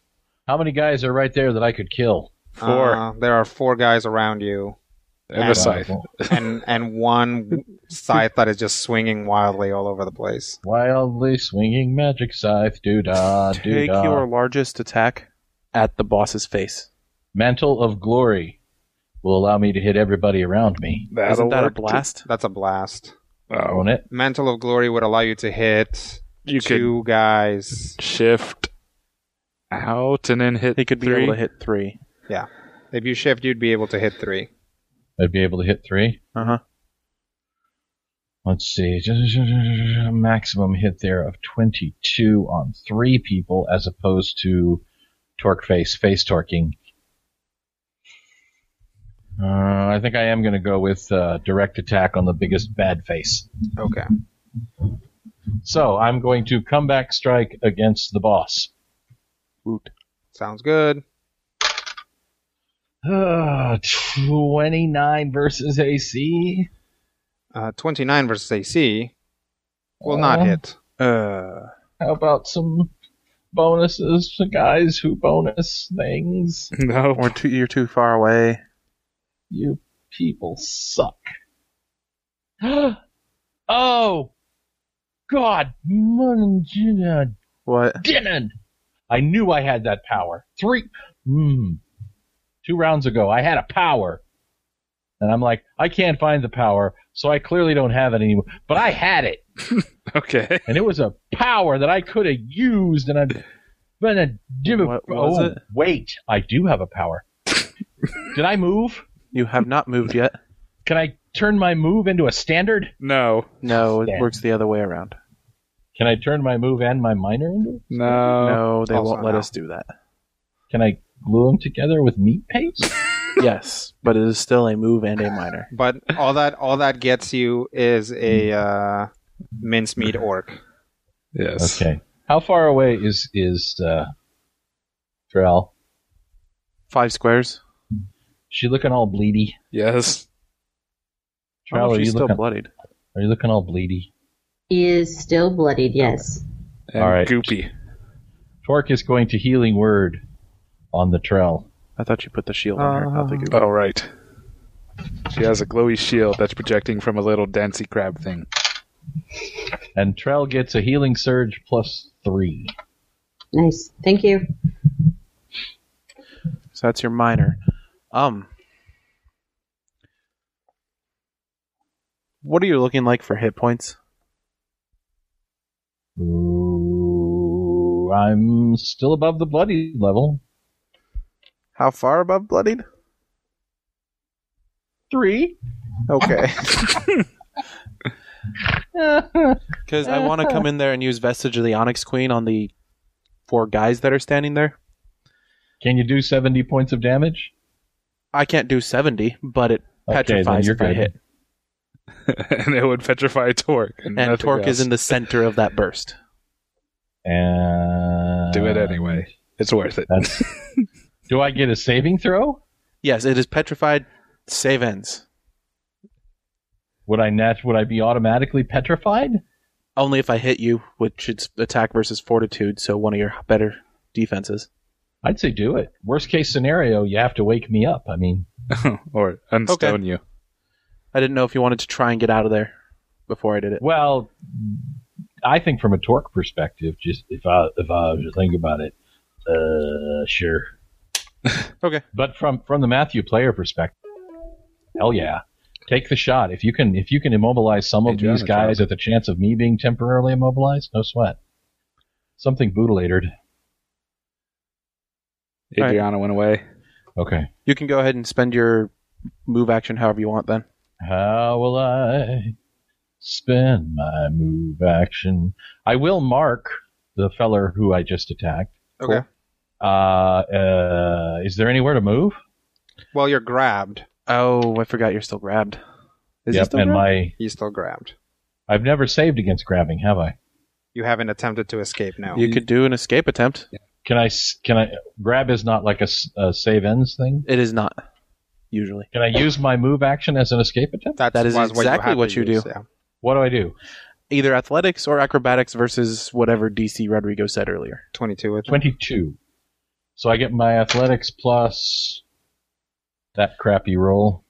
Speaker 3: How many guys are right there that I could kill?
Speaker 6: Four.
Speaker 2: Uh, there are four guys around you,
Speaker 6: and a
Speaker 2: and-
Speaker 6: scythe.
Speaker 2: and and one scythe that is just swinging wildly all over the place.
Speaker 3: Wildly swinging magic scythe, doo da, doo
Speaker 4: Take your
Speaker 3: da.
Speaker 4: largest attack at the boss's face.
Speaker 3: Mantle of glory will allow me to hit everybody around me.
Speaker 6: That'll
Speaker 4: Isn't that a
Speaker 6: work too.
Speaker 4: blast?
Speaker 2: That's a blast.
Speaker 6: Oh,
Speaker 3: Own it.
Speaker 2: Mantle of Glory would allow you to hit
Speaker 6: you
Speaker 2: two guys.
Speaker 6: could shift out and then hit.
Speaker 4: He could be
Speaker 6: three.
Speaker 4: able to hit three.
Speaker 2: If you shift, you'd be able to hit three.
Speaker 3: I'd be able to hit three.
Speaker 4: Uh huh.
Speaker 3: Let's see. Maximum hit there of 22 on three people as opposed to torque face, face torquing. Uh, I think I am going to go with uh, direct attack on the biggest bad face.
Speaker 2: Okay.
Speaker 3: So I'm going to comeback strike against the boss.
Speaker 4: Woot.
Speaker 2: Sounds good.
Speaker 3: Uh, 29 versus AC.
Speaker 2: Uh, 29 versus AC will not hit.
Speaker 4: Uh,
Speaker 3: How about some bonuses for guys who bonus things?
Speaker 6: No.
Speaker 4: we're too, you're too far away.
Speaker 3: You people suck. oh! God, Munjina
Speaker 4: What?
Speaker 3: didn't! I knew I had that power. Three. Hmm. Two rounds ago, I had a power. And I'm like, I can't find the power, so I clearly don't have it anymore. But I had it.
Speaker 6: Okay.
Speaker 3: and it was a power that I could have used, and I've been a div-
Speaker 4: What was
Speaker 3: oh,
Speaker 4: it?
Speaker 3: Wait, I do have a power. Did I move?
Speaker 4: You have not moved yet.
Speaker 3: Can I turn my move into a standard?
Speaker 6: No.
Speaker 4: No, it
Speaker 3: Yeah.
Speaker 4: works the other way around.
Speaker 3: Can I turn my move and my minor into?
Speaker 6: No.
Speaker 4: no, they
Speaker 2: also
Speaker 4: won't let
Speaker 2: no.
Speaker 4: us do that.
Speaker 3: Can I glue them together with meat paste?
Speaker 4: yes, but it is still a move and a minor.
Speaker 2: But all that all that gets you is a uh, mincemeat orc.
Speaker 6: Yes.
Speaker 3: Okay. How far away is is uh, Drell?
Speaker 4: Five squares.
Speaker 3: She looking all bleedy.
Speaker 6: Yes.
Speaker 4: I don't know
Speaker 3: Drell,
Speaker 4: if
Speaker 3: are you
Speaker 4: she's still
Speaker 3: looking?
Speaker 4: bloodied.
Speaker 3: Are you looking all bleedy?
Speaker 5: He is still bloodied, yes.
Speaker 6: And
Speaker 3: All right.
Speaker 6: Goopy.
Speaker 3: Torque is going to healing word on the Trell.
Speaker 4: I thought you put the shield on her. Not the goop.
Speaker 6: Oh, right. She has a glowy shield that's projecting from a little dancy crab thing.
Speaker 3: And Trell gets a healing surge plus three.
Speaker 5: Nice. Thank you.
Speaker 4: So that's your minor. Um, what are you looking like for hit points?
Speaker 3: Ooh, I'm still above the bloody level.
Speaker 4: How far above bloodied?
Speaker 3: Three.
Speaker 4: Okay. Because I want to come in there and use Vestige of the Onyx Queen on the four guys that are standing there.
Speaker 3: Can you do 70 points of damage?
Speaker 4: I can't do 70, but it
Speaker 3: Okay, then
Speaker 4: petrifies
Speaker 3: you're
Speaker 4: if I
Speaker 3: good.
Speaker 4: hit.
Speaker 6: and it would petrify a Torque.
Speaker 4: And
Speaker 6: nothing
Speaker 4: Torque is
Speaker 6: else.
Speaker 4: in the center of that burst.
Speaker 3: And
Speaker 6: Do it anyway. It's worth it.
Speaker 3: That's, do I get a saving throw?
Speaker 4: Yes, it is petrified. Save ends.
Speaker 3: Would I nat- Would I be automatically petrified?
Speaker 4: Only if I hit you, which it's attack versus fortitude, so one of your better defenses.
Speaker 3: I'd say do it. Worst case scenario, you have to wake me up. I mean,
Speaker 6: or unstone you.
Speaker 4: I didn't know if you wanted to try and get out of there before I did it.
Speaker 3: well, I think from a torque perspective, just if I if I was to think about it, uh, sure.
Speaker 4: Okay.
Speaker 3: But from from the Matthew player perspective, hell yeah, take the shot. If you can if you can immobilize some of
Speaker 6: Hey, John,
Speaker 3: these
Speaker 6: it's
Speaker 3: guys at the chance of me being temporarily immobilized, no sweat. Something bootlatered.
Speaker 4: Alright.
Speaker 6: Adriana went away.
Speaker 3: Okay.
Speaker 4: You can go ahead and spend your move action however you want then.
Speaker 3: How will I spend my move action? I will mark the feller who I just attacked.
Speaker 2: Okay.
Speaker 3: Uh, uh, is there anywhere to move?
Speaker 2: Well, you're grabbed.
Speaker 4: Oh, I forgot you're still grabbed. Is he
Speaker 3: yep.
Speaker 4: still
Speaker 3: and
Speaker 4: grabbed?
Speaker 3: my
Speaker 2: He's still grabbed.
Speaker 3: I've never saved against grabbing, have I?
Speaker 2: You haven't attempted to escape now.
Speaker 4: You could do an escape attempt.
Speaker 3: Can I s- can I grab is not like a, s- a save ends thing?
Speaker 4: It is not usually.
Speaker 3: Can I use my move action as an escape attempt?
Speaker 2: That's
Speaker 4: That is
Speaker 2: was
Speaker 4: exactly
Speaker 2: had
Speaker 4: what
Speaker 2: to
Speaker 4: you do.
Speaker 2: use, yeah.
Speaker 3: What do I do?
Speaker 4: Either athletics or acrobatics versus whatever DC Rodrigo said earlier.
Speaker 2: 22 with
Speaker 3: 22. So I get my athletics plus that crappy roll.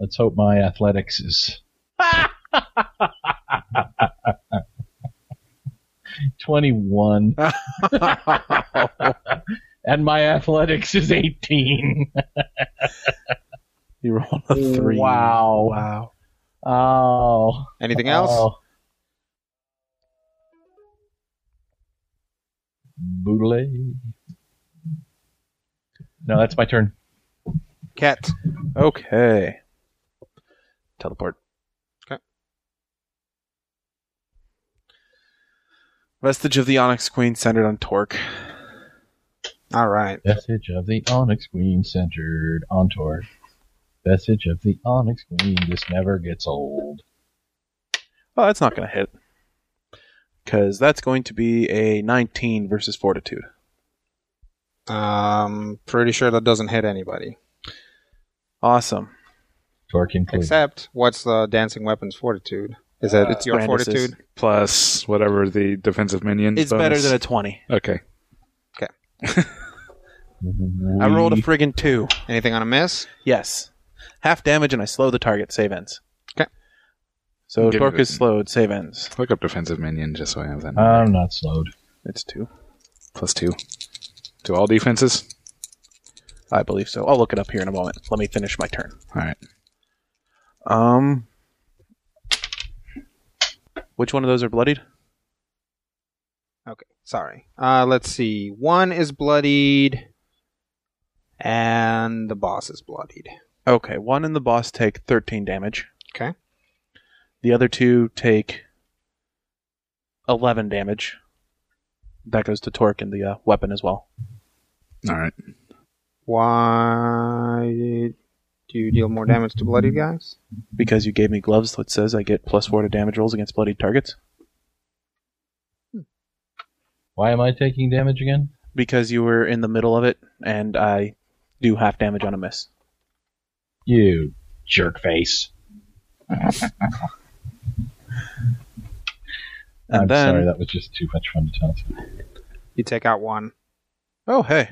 Speaker 3: Let's hope my athletics is 21. and my athletics is 18.
Speaker 4: You rolled a three.
Speaker 3: Wow.
Speaker 4: Wow.
Speaker 3: Oh.
Speaker 2: Anything else?
Speaker 3: Oh. Boodle. No, that's my turn.
Speaker 2: Cat.
Speaker 4: Okay. Teleport.
Speaker 2: 'Kay.
Speaker 4: Vestige of the Onyx Queen centered on Torque.
Speaker 2: All right.
Speaker 3: Vestige of the Onyx Queen centered on Torque. Vestige of the Onyx Queen. This never gets old.
Speaker 4: Well, that's not going to hit. Because that's going to be a 19 versus Fortitude.
Speaker 2: Um, pretty sure that doesn't hit anybody.
Speaker 4: Awesome.
Speaker 3: Torque included.
Speaker 2: Except, what's the dancing weapons fortitude? Is it? it's your
Speaker 4: Brandis'
Speaker 2: fortitude.
Speaker 6: plus whatever the defensive minion.
Speaker 4: It's better than a 20.
Speaker 6: a. Okay.
Speaker 4: I rolled a friggin' 2.
Speaker 2: Anything on a miss?
Speaker 4: Yes. Half damage and I slow the target. Save ends.
Speaker 2: 'Kay.
Speaker 4: So
Speaker 6: Give
Speaker 4: Torque
Speaker 6: it-
Speaker 4: is slowed. Save ends.
Speaker 6: Look up defensive minion just so I have that. number.
Speaker 3: I'm not slowed.
Speaker 4: It's 2.
Speaker 6: plus two. To all defenses?
Speaker 4: I believe so. I'll look it up here in a moment. Let me finish my turn.
Speaker 6: All right.
Speaker 4: Um, which one of those are bloodied?
Speaker 2: Okay, sorry. Uh, let's see. One is bloodied, and the boss is bloodied.
Speaker 4: Okay, one and the boss take 13 damage.
Speaker 2: Okay.
Speaker 4: The other two take 11 damage. That goes to Torque and the uh, weapon as well.
Speaker 6: All right.
Speaker 2: Why do you deal more damage to bloodied guys?
Speaker 4: Because you gave me gloves that says I get plus 4 to damage rolls against bloodied targets.
Speaker 3: Why am I taking damage again?
Speaker 4: Because you were in the middle of it, and I do half damage on a miss.
Speaker 3: You jerk face.
Speaker 4: And
Speaker 3: I'm
Speaker 4: then.
Speaker 3: sorry, that was just too much fun to tell.
Speaker 2: You take out one.
Speaker 4: Oh, hey.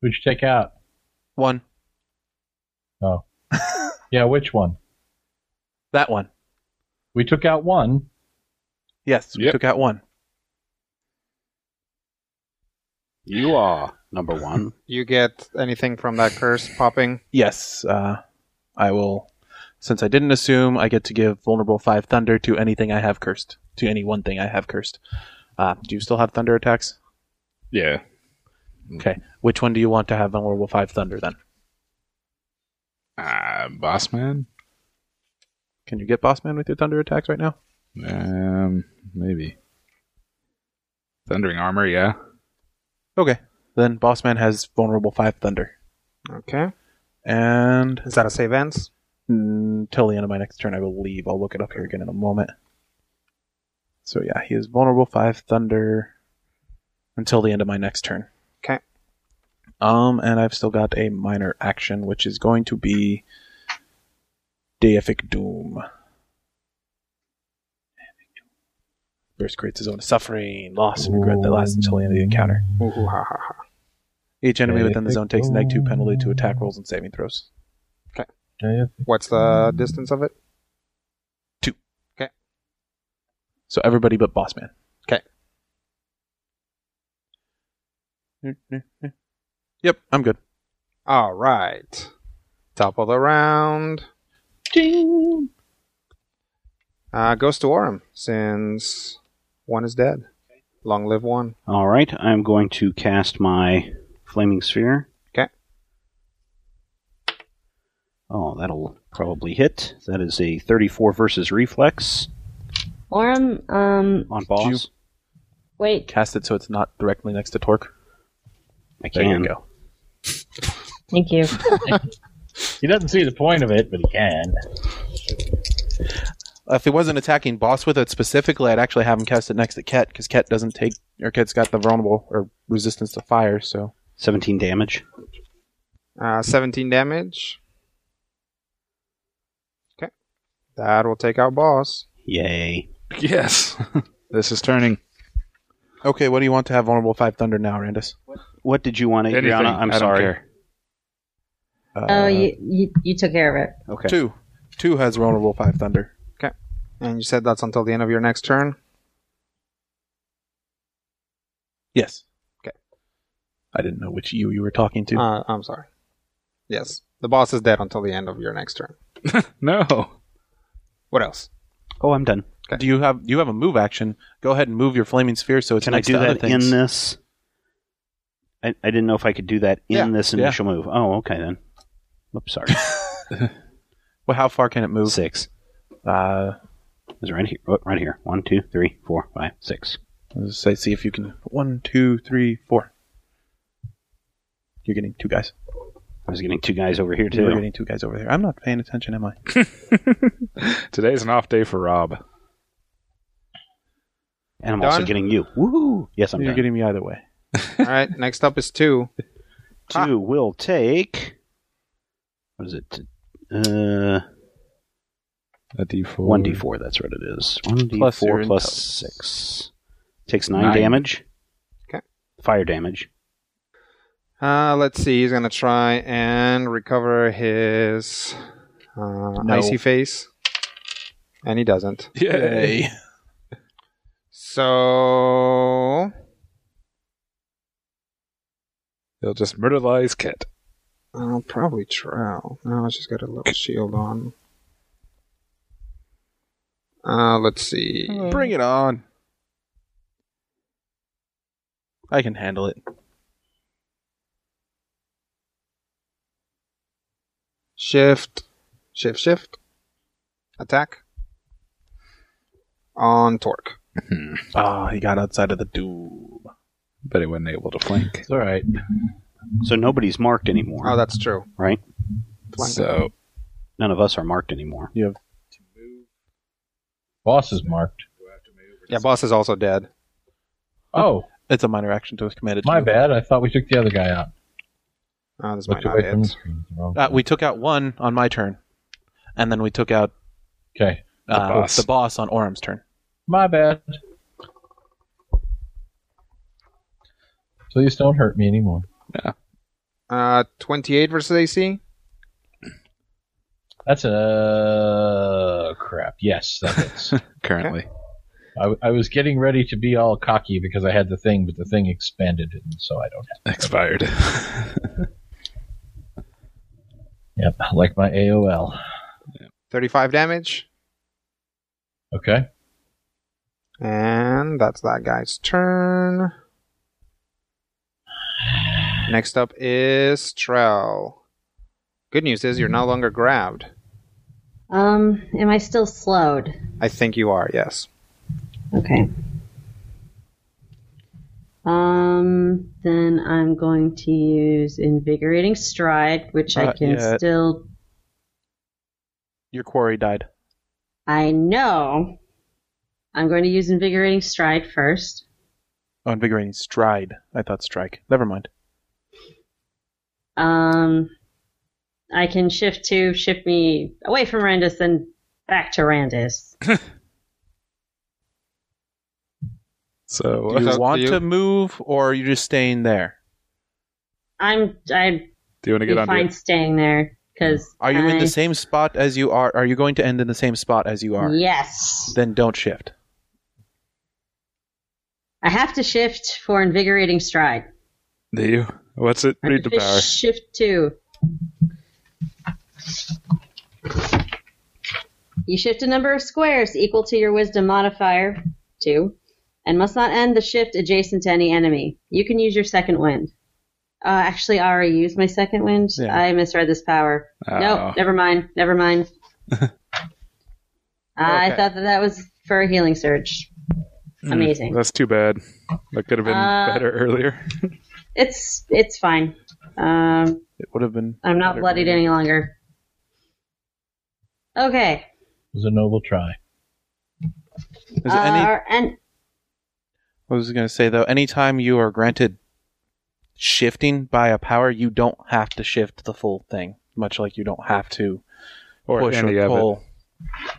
Speaker 3: Who'd you take out?
Speaker 4: One.
Speaker 3: Oh. yeah, which one?
Speaker 4: That one.
Speaker 3: We took out one.
Speaker 4: Yes, we
Speaker 6: Yep.
Speaker 4: took out one.
Speaker 1: You are number one.
Speaker 2: You get anything from that curse popping?
Speaker 4: Yes, uh, I will. Since I didn't assume, I get to give vulnerable five thunder to anything I have cursed, to any one thing I have cursed. Uh, do you still have thunder attacks?
Speaker 6: Yeah.
Speaker 4: Okay. Which one do you want to have vulnerable five thunder then?
Speaker 6: Uh, boss man?
Speaker 4: Can you get boss man with your thunder attacks right now?
Speaker 6: Um, maybe. Thundering armor, yeah.
Speaker 4: Okay. Then boss man has vulnerable five thunder,
Speaker 2: Okay.
Speaker 4: and
Speaker 2: Is that a save ends?
Speaker 4: until the end of my next turn, I believe I'll look it up here again in a moment. So yeah, he is vulnerable five thunder until the end of my next turn.
Speaker 2: Okay.
Speaker 4: Um, and I've still got a minor action, which is going to be Deific Doom. Burst creates his own suffering, loss, and regret that lasts until the end of the encounter.
Speaker 2: Ooh, ha, ha, ha.
Speaker 4: Each enemy within the
Speaker 3: Deific
Speaker 4: zone takes a neg two
Speaker 3: Doom.
Speaker 4: penalty to attack rolls and saving throws.
Speaker 2: What's the distance of it?
Speaker 4: So everybody but Bossman.
Speaker 2: 'Kay.
Speaker 4: Yep, I'm good.
Speaker 2: All right. Top of the round. Uh, goes to Orem since one is dead. Long live one.
Speaker 1: All right, I'm going to cast my flaming sphere.
Speaker 2: 'Kay.
Speaker 1: Oh, that'll probably hit. That is a 34 versus reflex
Speaker 5: Orm, um,
Speaker 1: on boss.
Speaker 5: wait,
Speaker 4: Cast it so it's not directly next to Torque.
Speaker 1: I
Speaker 4: There
Speaker 1: can.
Speaker 4: you go.
Speaker 5: thank you.
Speaker 3: He doesn't see the point of it, but he can.
Speaker 4: If he wasn't attacking Boss with it specifically, I'd actually have him cast it next to Ket because Ket doesn't take or Ket's got the vulnerable or resistance to fire. So
Speaker 1: 17 damage.
Speaker 2: Uh, 17 damage. Okay. That will take out boss.
Speaker 1: Yay.
Speaker 6: Yes. this is turning.
Speaker 4: okay, what do you want to have vulnerable five thunder now, Randus?
Speaker 1: What did you want,
Speaker 6: Anything.
Speaker 1: Adriana? I'm
Speaker 6: I don't
Speaker 1: sorry.
Speaker 6: care.
Speaker 4: Uh,
Speaker 5: oh, you, you you took care of it.
Speaker 1: Okay.
Speaker 4: two, two has vulnerable five thunder.
Speaker 2: And you said that's until the end of your next turn.
Speaker 4: Yes.
Speaker 2: 'Kay.
Speaker 4: I didn't know which you you were talking to.
Speaker 2: Uh, I'm sorry. Yes. The boss is dead until the end of your next turn.
Speaker 6: No.
Speaker 2: What else?
Speaker 1: Oh, I'm done.
Speaker 4: Do you have you have a move action? Go ahead and move your flaming sphere so it's
Speaker 1: Can I
Speaker 4: next
Speaker 1: do
Speaker 4: to other
Speaker 1: that
Speaker 4: things.
Speaker 1: in this? I, I didn't know if I could do that in
Speaker 2: Yeah,
Speaker 1: this
Speaker 4: yeah.
Speaker 1: initial move. Oh, okay then. Oops, sorry.
Speaker 4: Well, how far can it move?
Speaker 1: six.
Speaker 4: Uh,
Speaker 1: Is right here. Oh, right here. One, two, three, four, five, six.
Speaker 4: let's say- see if you can. One, two, three, four. You're getting two guys.
Speaker 1: I was getting two guys over here
Speaker 4: You're
Speaker 1: too.
Speaker 4: getting two guys over there. I'm not paying attention, am I?
Speaker 6: Today's an off day for Rob.
Speaker 1: And I'm also
Speaker 2: Done?
Speaker 1: getting you. Woohoo! Yes, I'm
Speaker 4: You're
Speaker 1: done.
Speaker 4: getting me either way.
Speaker 2: All right, next up is two.
Speaker 1: two will take. What is it? Uh,
Speaker 7: A D4.
Speaker 1: one d four. That's what it is. One d
Speaker 4: Plus your
Speaker 1: four plus
Speaker 4: intelligence.
Speaker 1: six takes nine,
Speaker 7: Nine.
Speaker 1: damage.
Speaker 2: Okay.
Speaker 1: Fire damage.
Speaker 2: Uh, let's see. He's gonna try and recover his uh,
Speaker 4: No.
Speaker 2: icy face, and he doesn't.
Speaker 4: Yay!
Speaker 2: So
Speaker 6: He'll just murder lies Kit.
Speaker 2: I'll probably trowel. No, it's just got a little shield on. Uh, let's see.
Speaker 4: Bring it on. I can handle it.
Speaker 2: Shift, shift, shift. Attack. On torque.
Speaker 4: Ah, he got outside of the doom.
Speaker 7: But it wasn't able to flank.
Speaker 3: It's all right.
Speaker 1: So nobody's marked anymore,
Speaker 2: Oh, that's true.
Speaker 1: right?
Speaker 2: Flank.
Speaker 7: So
Speaker 1: None of us are marked anymore.
Speaker 4: You have
Speaker 3: Boss is marked.
Speaker 2: Yeah, boss is also dead.
Speaker 3: Oh,
Speaker 4: it's a minor action to his commanded. to
Speaker 3: my
Speaker 4: move.
Speaker 3: bad. I thought we took the other guy out.
Speaker 2: Oh, this might
Speaker 3: Looked
Speaker 2: not
Speaker 3: away from the
Speaker 2: hit.
Speaker 3: screen. Wrong.
Speaker 4: Uh, we took out one on my turn, and then we took out
Speaker 3: okay.
Speaker 4: uh, the, boss.
Speaker 6: boss.
Speaker 4: on Orem's turn.
Speaker 3: My bad. Please don't hurt me anymore.
Speaker 2: Uh, 28 versus AC.
Speaker 3: That's a crap. Yes, that hits.
Speaker 7: currently,
Speaker 3: I, w- I was getting ready to be all cocky because I had the thing, but the thing expanded, and so I don't.
Speaker 7: expired.
Speaker 3: Have, yep, like my AOL.
Speaker 2: 35 damage.
Speaker 3: Okay.
Speaker 2: And that's that guy's turn. Next up is Trell. Good news is you're no longer grabbed.
Speaker 5: Um, am I still slowed?
Speaker 2: I think you are, yes.
Speaker 5: Okay. Um, then I'm going to use Invigorating Stride, which I
Speaker 4: Not
Speaker 5: can
Speaker 4: yet.
Speaker 5: still.
Speaker 4: Your quarry died.
Speaker 5: I know. I'm going to use Invigorating Stride first.
Speaker 4: Oh, invigorating stride. I thought strike. Never mind.
Speaker 5: Um, I can shift to shift me away from Randus and back to Randus.
Speaker 4: Do
Speaker 7: So
Speaker 4: you
Speaker 2: It's up to
Speaker 4: want
Speaker 2: you.
Speaker 4: to move, or are you just staying there?
Speaker 5: I'm I'd
Speaker 6: Do you want
Speaker 5: be
Speaker 6: to get under
Speaker 5: fine
Speaker 6: it?
Speaker 5: staying there because
Speaker 4: Are you in the same spot as you are? Are you going to end in the same spot as you are?
Speaker 5: Yes,
Speaker 4: Then don't shift.
Speaker 5: I have to shift for Invigorating Stride.
Speaker 6: Do you? What's it?
Speaker 5: I
Speaker 6: Read the
Speaker 5: have to
Speaker 6: power.
Speaker 5: Shift two. You shift a number of squares equal to your wisdom modifier, two, and must not end the shift adjacent to any enemy. You can use your second wind. Uh, actually, I already used my second wind.
Speaker 4: Yeah.
Speaker 5: I misread this power. No,
Speaker 7: Oh.
Speaker 5: Nope, never mind. Never mind. I
Speaker 2: Okay.
Speaker 5: thought that that was for a healing surge. Amazing.
Speaker 6: Hmm. That's too bad. That could have been
Speaker 5: Uh,
Speaker 6: better earlier.
Speaker 5: It's it's fine. Um,
Speaker 4: It would have been.
Speaker 5: I'm not
Speaker 4: better
Speaker 5: bloodied
Speaker 4: earlier.
Speaker 5: any longer. Okay.
Speaker 3: It was a noble try.
Speaker 4: Is it any-
Speaker 5: uh, and
Speaker 4: I was going to say though, anytime you are granted shifting by a power, you don't have to shift the full thing. Much like you don't have to
Speaker 6: Or
Speaker 4: push
Speaker 6: any
Speaker 4: or
Speaker 6: of it.
Speaker 4: pull.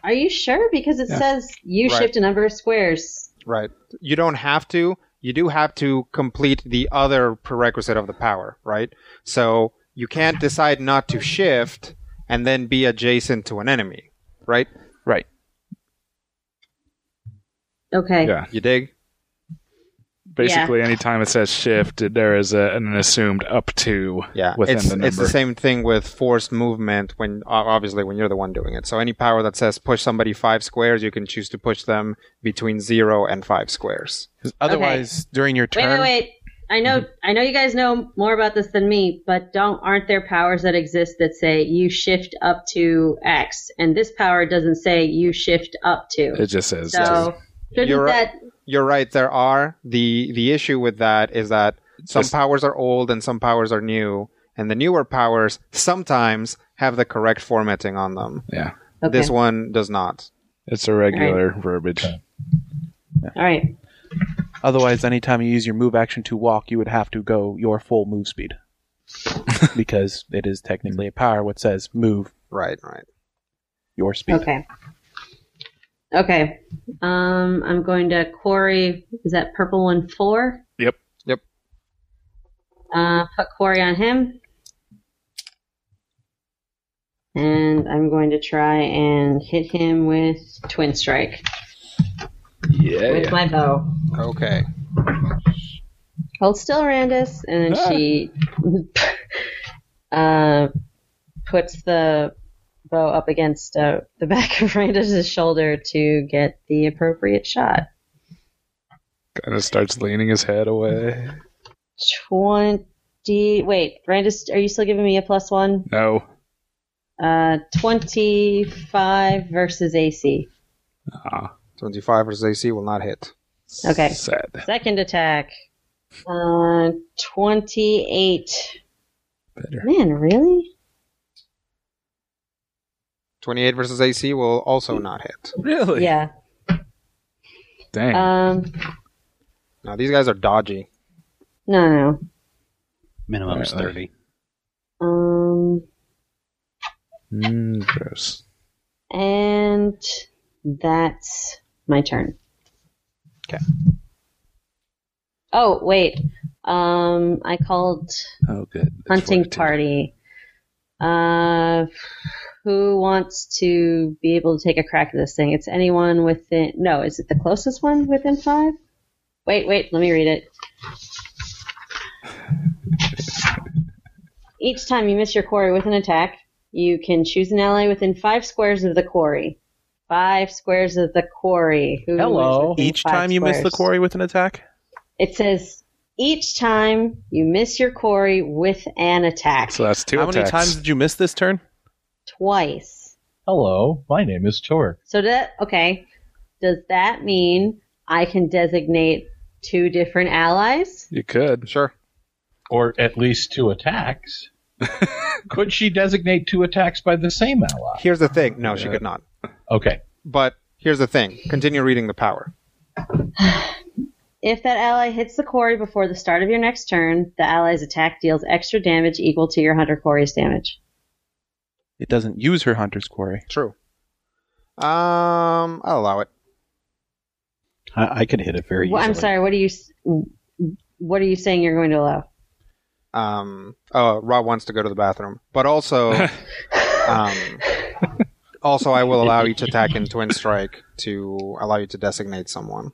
Speaker 5: are you sure? Because it says you
Speaker 2: Right.
Speaker 5: shift a number of squares.
Speaker 2: Right. You don't have to. You do have to complete the other prerequisite of the power, right? So you can't decide not to shift and then be adjacent to an enemy, right?
Speaker 4: Right.
Speaker 5: Okay.
Speaker 6: Yeah.
Speaker 2: You dig?
Speaker 6: Basically, any time it says shift, there is a, an assumed up to
Speaker 2: Yeah,
Speaker 6: within
Speaker 2: it's,
Speaker 6: the number.
Speaker 2: it's the same thing with forced movement when o- obviously when you're the one doing it. So any power that says push somebody five squares, you can choose to push them between zero and five squares.
Speaker 4: 'Cause otherwise, during your
Speaker 5: Wait, wait,
Speaker 4: turn,
Speaker 5: wait. I know I know you guys know more about this than me, but don't aren't there powers that exist that say you shift up to X, and this power doesn't say you shift up to.
Speaker 6: It just says.
Speaker 5: so shouldn't
Speaker 2: You're right.
Speaker 5: that
Speaker 2: You're right. There are the the issue with that is that some
Speaker 7: Just-
Speaker 2: powers are old and some powers are new, and the newer powers sometimes have the correct formatting on them.
Speaker 7: Yeah.
Speaker 5: okay?
Speaker 2: This one does not.
Speaker 7: It's a regular verbiage.
Speaker 5: All right,
Speaker 4: Otherwise, anytime you use your move action to walk, you would have to go your full move speed. because it is technically a power what says move
Speaker 2: Right. Right.
Speaker 4: your speed.
Speaker 5: okay, okay. Um, I'm going to quarry. Is that purple one four?
Speaker 6: Yep.
Speaker 2: Yep.
Speaker 5: Uh, put quarry on him, and I'm going to try and hit him with twin strike. with my bow.
Speaker 2: Okay.
Speaker 5: Hold still, Randis, and then she uh, puts the bow up against uh, the back of Randis' shoulder to get the appropriate shot.
Speaker 7: Kind of starts leaning his head away.
Speaker 5: Twenty. Wait, Randis, are you still giving me a plus one?
Speaker 7: No.
Speaker 5: Uh, twenty-five versus AC.
Speaker 2: Twenty-five versus AC will not hit.
Speaker 5: Okay.
Speaker 7: Sad.
Speaker 5: Second attack. Uh, twenty-eight.
Speaker 7: Better.
Speaker 5: Man, really?
Speaker 2: Twenty-eight versus AC will also not hit.
Speaker 7: Really?
Speaker 5: Yeah.
Speaker 7: Dang.
Speaker 5: Um.
Speaker 2: Now these guys are dodgy.
Speaker 5: No, no. no.
Speaker 1: Minimum is thirty.
Speaker 5: Um.
Speaker 7: Mm, gross.
Speaker 5: And that's my turn.
Speaker 2: Okay.
Speaker 5: Oh, wait. Um, I called
Speaker 7: Oh, good. That's
Speaker 5: hunting
Speaker 7: fortitude.
Speaker 5: party. Uh, who wants to be able to take a crack at this thing? It's anyone within. No, is it the closest one within five? Wait, wait, let me read it. Each time you miss your quarry with an attack, you can choose an ally within five squares of the quarry. Five squares of the quarry. Who is
Speaker 3: Hello.
Speaker 5: within
Speaker 4: Each
Speaker 5: five
Speaker 4: time you miss the
Speaker 5: squares?
Speaker 4: quarry with an attack,
Speaker 5: It says each time you miss your quarry with an attack
Speaker 6: So that's two
Speaker 4: how many
Speaker 6: attacks.
Speaker 4: times did you miss this turn?
Speaker 5: twice.
Speaker 3: Hello, my name is Tor.
Speaker 5: So that okay, does that mean I can designate two different allies?
Speaker 6: You could.
Speaker 2: Sure.
Speaker 3: Or at least two attacks. Could she designate two attacks by the same ally?
Speaker 2: Here's the thing. No, she could not.
Speaker 3: Okay.
Speaker 2: But here's the thing. Continue reading the power.
Speaker 5: If that ally hits the quarry before the start of your next turn, the ally's attack deals extra damage equal to your hunter quarry's damage.
Speaker 4: It doesn't use her hunter's quarry.
Speaker 2: True. Um, I'll allow it.
Speaker 1: I, I could hit it very
Speaker 5: Well, I'm
Speaker 1: easily.
Speaker 5: sorry. What are you? s- What are you saying you're going to allow?
Speaker 2: um oh rob wants to go to the bathroom but also um also i will allow each attack in twin strike to allow you to designate someone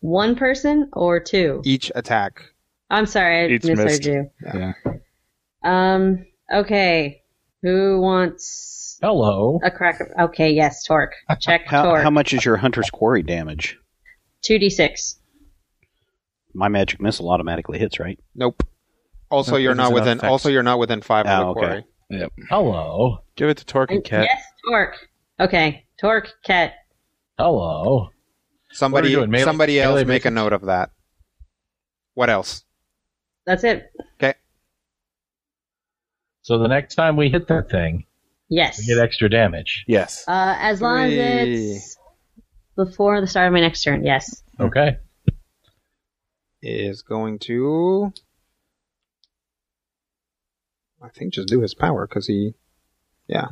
Speaker 5: One person or two?
Speaker 2: each attack
Speaker 5: I'm sorry, I
Speaker 6: Each
Speaker 5: misheard
Speaker 6: missed.
Speaker 5: you.
Speaker 7: Yeah.
Speaker 5: Um. Okay. Who wants
Speaker 3: Hello.
Speaker 5: a crack? Okay. Yes. Torque. Check
Speaker 1: How,
Speaker 5: torque.
Speaker 1: how much is your hunter's quarry damage?
Speaker 5: 2d6.
Speaker 1: My magic missile automatically hits, right?
Speaker 2: nope also
Speaker 4: Okay,
Speaker 2: you're not
Speaker 4: there's an
Speaker 2: within
Speaker 4: effect.
Speaker 2: also you're not within five of
Speaker 1: Ah,
Speaker 2: the
Speaker 1: okay.
Speaker 2: quarry
Speaker 3: Hello.
Speaker 4: Give it to Torque and Cat.
Speaker 5: Yes, torque. Okay. Torque, cat.
Speaker 3: Hello.
Speaker 2: somebody
Speaker 3: doing, melee-
Speaker 2: somebody else
Speaker 3: melee
Speaker 2: make a
Speaker 3: basics?
Speaker 2: note of that what else
Speaker 5: That's it.
Speaker 3: So the next time we hit that thing, we
Speaker 5: Yes.
Speaker 3: get extra damage.
Speaker 4: Yes.
Speaker 5: Uh, as long as it's before the start of my next turn. Yes.
Speaker 3: Okay.
Speaker 2: is going to i think just do his power because he yeah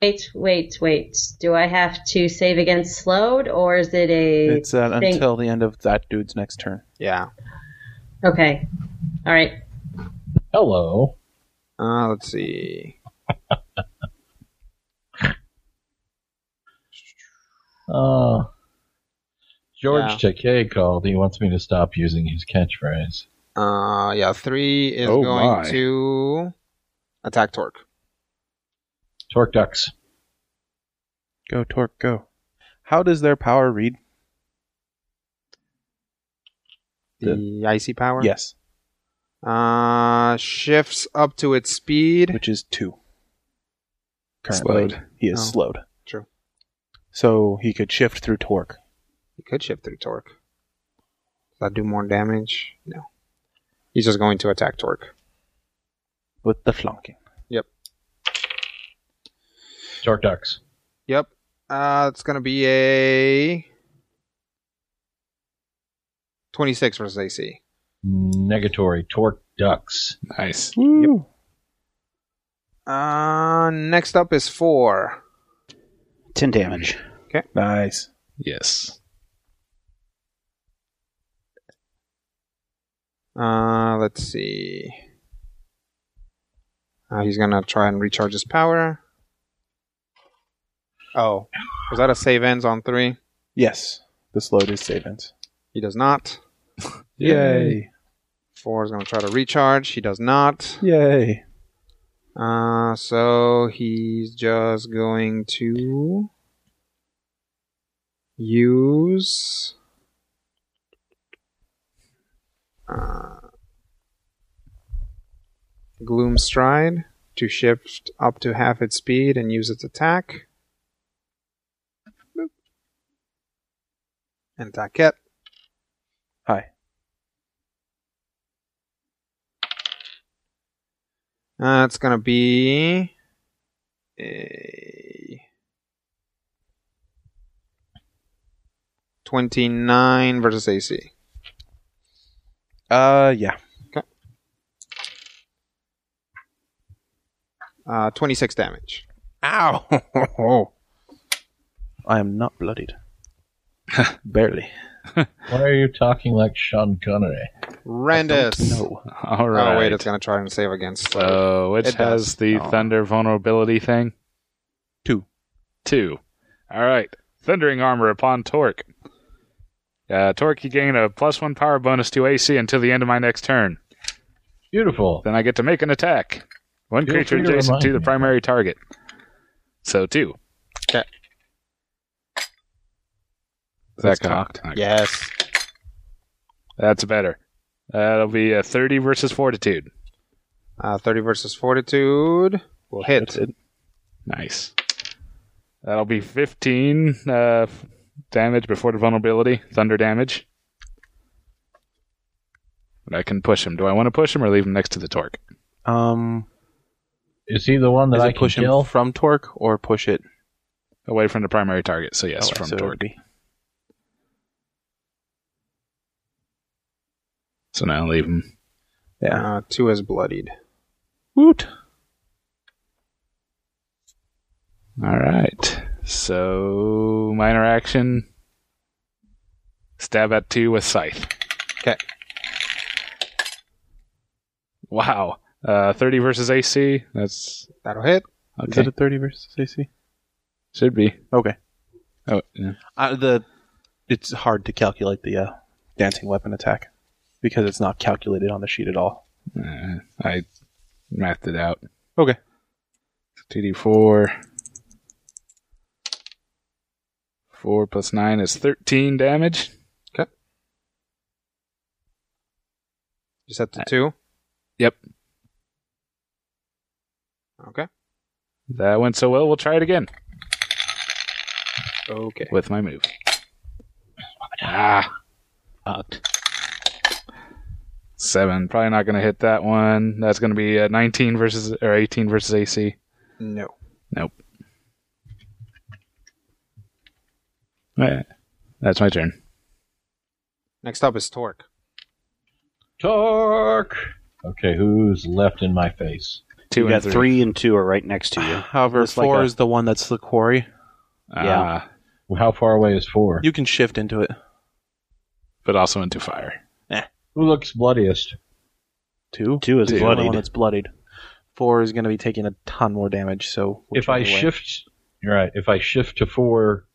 Speaker 5: Wait, wait, wait. Do I have to save against slowed or is it a.
Speaker 4: It's uh,
Speaker 5: thing?
Speaker 4: until the end of that dude's next turn.
Speaker 2: yeah
Speaker 5: Okay. All right.
Speaker 3: Hello.
Speaker 2: Uh, let's see.
Speaker 3: Uh, George
Speaker 2: Yeah.
Speaker 3: Takei called. He wants me to stop using his catchphrase.
Speaker 2: Uh, yeah, three is
Speaker 7: Oh,
Speaker 2: going
Speaker 7: my.
Speaker 2: to attack Torque.
Speaker 3: Torque ducks.
Speaker 4: Go, Torque, go. How does their power read?
Speaker 2: The, icy power.
Speaker 4: Yes,
Speaker 2: Uh, shifts up to its speed.
Speaker 4: which is two. Currently,
Speaker 7: Slowed.
Speaker 4: he is
Speaker 2: Oh.
Speaker 4: slowed.
Speaker 2: True.
Speaker 4: So he could shift through torque.
Speaker 2: He could shift through torque. Does that do more damage? No. He's just going to attack torque.
Speaker 4: with the flunking.
Speaker 3: Dark ducks.
Speaker 2: Yep. Uh, it's gonna be a twenty-six versus AC.
Speaker 3: Negatory. Torque ducks.
Speaker 7: Nice.
Speaker 2: Uh, next up is four.
Speaker 1: 10 damage.
Speaker 4: Nice.
Speaker 7: Yes.
Speaker 2: Uh, let's see. Uh, he's gonna try and recharge his power. Oh, was that a save ends on three?
Speaker 4: Yes, this load is savings.
Speaker 2: He does not.
Speaker 4: Yay!
Speaker 2: Four is gonna try to recharge. He does not.
Speaker 4: Yay!
Speaker 2: Uh, so he's just going to use. Uh, Gloom Stride to shift up to half its speed and use its attack. Boop. And attack it.
Speaker 4: Hi.
Speaker 2: Uh, it's gonna be a twenty-nine versus AC.
Speaker 4: Uh, yeah.
Speaker 2: Uh, twenty-six damage.
Speaker 4: Ow! I am not bloodied. Barely.
Speaker 3: Why are you talking like Sean Connery?
Speaker 2: Randus.
Speaker 4: No.
Speaker 6: All
Speaker 2: Oh
Speaker 6: right.
Speaker 2: wait, it's gonna try and save against.
Speaker 6: So it,
Speaker 2: It does.
Speaker 6: has the
Speaker 4: Oh.
Speaker 6: thunder vulnerability thing.
Speaker 4: Two.
Speaker 6: Two. All right. Thundering armor upon Torque. Uh, Torque, you gain a plus one power bonus to AC until the end of my next turn.
Speaker 3: Beautiful.
Speaker 6: Then I get to make an attack. One
Speaker 3: Feel
Speaker 6: creature
Speaker 3: free to
Speaker 6: adjacent
Speaker 3: remind
Speaker 6: to the
Speaker 3: me.
Speaker 6: primary target. So two.
Speaker 2: 'Kay.
Speaker 6: Does That
Speaker 4: That's
Speaker 6: count?
Speaker 4: cocked.
Speaker 6: Okay.
Speaker 2: yes.
Speaker 6: That's better. That'll be a 30 versus fortitude.
Speaker 2: Uh, Thirty versus fortitude will hit.
Speaker 6: Nice. That'll be 15 uh, f- damage before the vulnerability, thunder damage. And I can push him. Do I want to push him or leave him next to the torque?
Speaker 4: Um,
Speaker 3: Is he the one that
Speaker 4: does
Speaker 3: I
Speaker 4: it
Speaker 3: can
Speaker 4: push him
Speaker 3: kill?
Speaker 4: from torque or push it?
Speaker 6: Away from the primary target, so yes,
Speaker 4: away?
Speaker 6: from
Speaker 4: So it would
Speaker 6: torque.
Speaker 4: be-
Speaker 6: So now leave him.
Speaker 4: Yeah.
Speaker 2: Uh, two is bloodied.
Speaker 4: Woot!
Speaker 6: All right. So minor action. Stab at two with scythe.
Speaker 2: 'Kay.
Speaker 6: Wow. Uh, 30 versus AC. That's
Speaker 2: That'll hit.
Speaker 4: Is
Speaker 6: okay.
Speaker 4: it a 30 versus AC?
Speaker 6: Should be.
Speaker 4: Okay.
Speaker 6: Oh, yeah.
Speaker 4: Uh, the It's hard to calculate the uh, dancing weapon attack because it's not calculated on the sheet at all.
Speaker 6: Uh, I mathed it out.
Speaker 4: Okay.
Speaker 6: TD4. 4 plus 9 is 13 damage.
Speaker 2: You set to two.
Speaker 6: Yep.
Speaker 2: Okay.
Speaker 6: That went so well, we'll try it again
Speaker 2: Okay.
Speaker 6: with my move. Ah. Out. 7. Probably not going to hit that one. That's going to be uh 19 versus, or 18 versus AC.
Speaker 2: No.
Speaker 6: Nope. Alright. That's my turn.
Speaker 2: Next up is Torque.
Speaker 3: Torque. Okay, who's left in my face?
Speaker 6: Two
Speaker 1: you
Speaker 6: and
Speaker 1: got
Speaker 6: three.
Speaker 1: three. and two are right next to you.
Speaker 4: However,
Speaker 1: Looks like
Speaker 4: four
Speaker 1: a-
Speaker 4: is the one that's the quarry.
Speaker 1: Yeah.
Speaker 6: Ah,
Speaker 3: How far away is four?
Speaker 4: You can shift into it.
Speaker 6: but also into fire.
Speaker 3: Who looks bloodiest?
Speaker 4: Two.
Speaker 1: Two is
Speaker 4: the only
Speaker 1: bloodied.
Speaker 4: one that's bloodied. Four is going to be taking a ton more damage. So
Speaker 3: if I
Speaker 4: whichever way.
Speaker 3: shift, you're right. If I shift to four,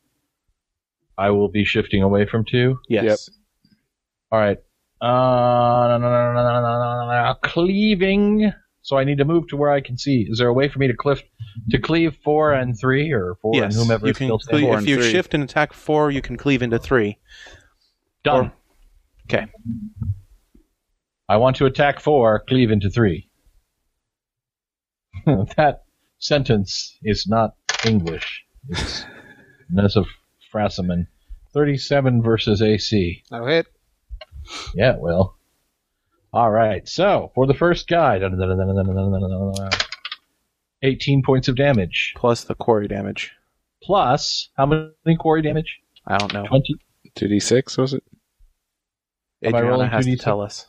Speaker 3: I will be shifting away from two.
Speaker 4: yes,
Speaker 3: All right. Uh, no, no, no, no, no, no, no, no, no. cleaving. So I need to move to where I can see. Is there a way for me to cliff to cleave four and three, or four
Speaker 4: yes,
Speaker 3: and whomever
Speaker 4: you
Speaker 3: is
Speaker 4: can
Speaker 3: still
Speaker 4: cle-
Speaker 3: standing?
Speaker 4: if you shift and attack four, you can cleave into three.
Speaker 3: Done.
Speaker 4: Okay,
Speaker 3: I want to attack four, cleave into three. that sentence is not English. It's that's a frasamen. Thirty-seven versus AC.
Speaker 2: That'll hit.
Speaker 3: Yeah, well. All right. So for the first guy, 18 points of damage
Speaker 4: plus the quarry damage.
Speaker 3: plus how many quarry damage?
Speaker 4: I don't know.
Speaker 3: Twenty.
Speaker 7: 2d6, was it?
Speaker 3: Am I
Speaker 4: Adriana
Speaker 3: rolling
Speaker 4: has to
Speaker 3: 2d6?
Speaker 4: tell us.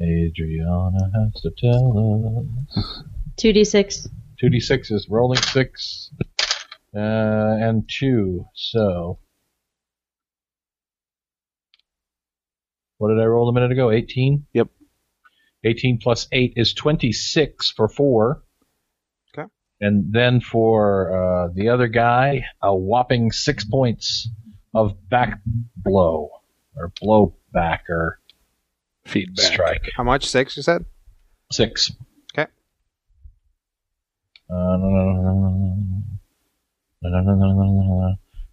Speaker 3: Adriana has to tell us.
Speaker 5: 2d6.
Speaker 3: Two d six is rolling six, uh, and two. So, what did I roll a minute ago? Eighteen.
Speaker 4: Yep.
Speaker 3: Eighteen plus eight is twenty six for four.
Speaker 2: Okay.
Speaker 3: And then for uh, the other guy, a whopping six points of back blow or blow back or
Speaker 7: Feedback.
Speaker 3: strike.
Speaker 2: How much? Six, you said?
Speaker 3: Six. Uh,
Speaker 2: Okay.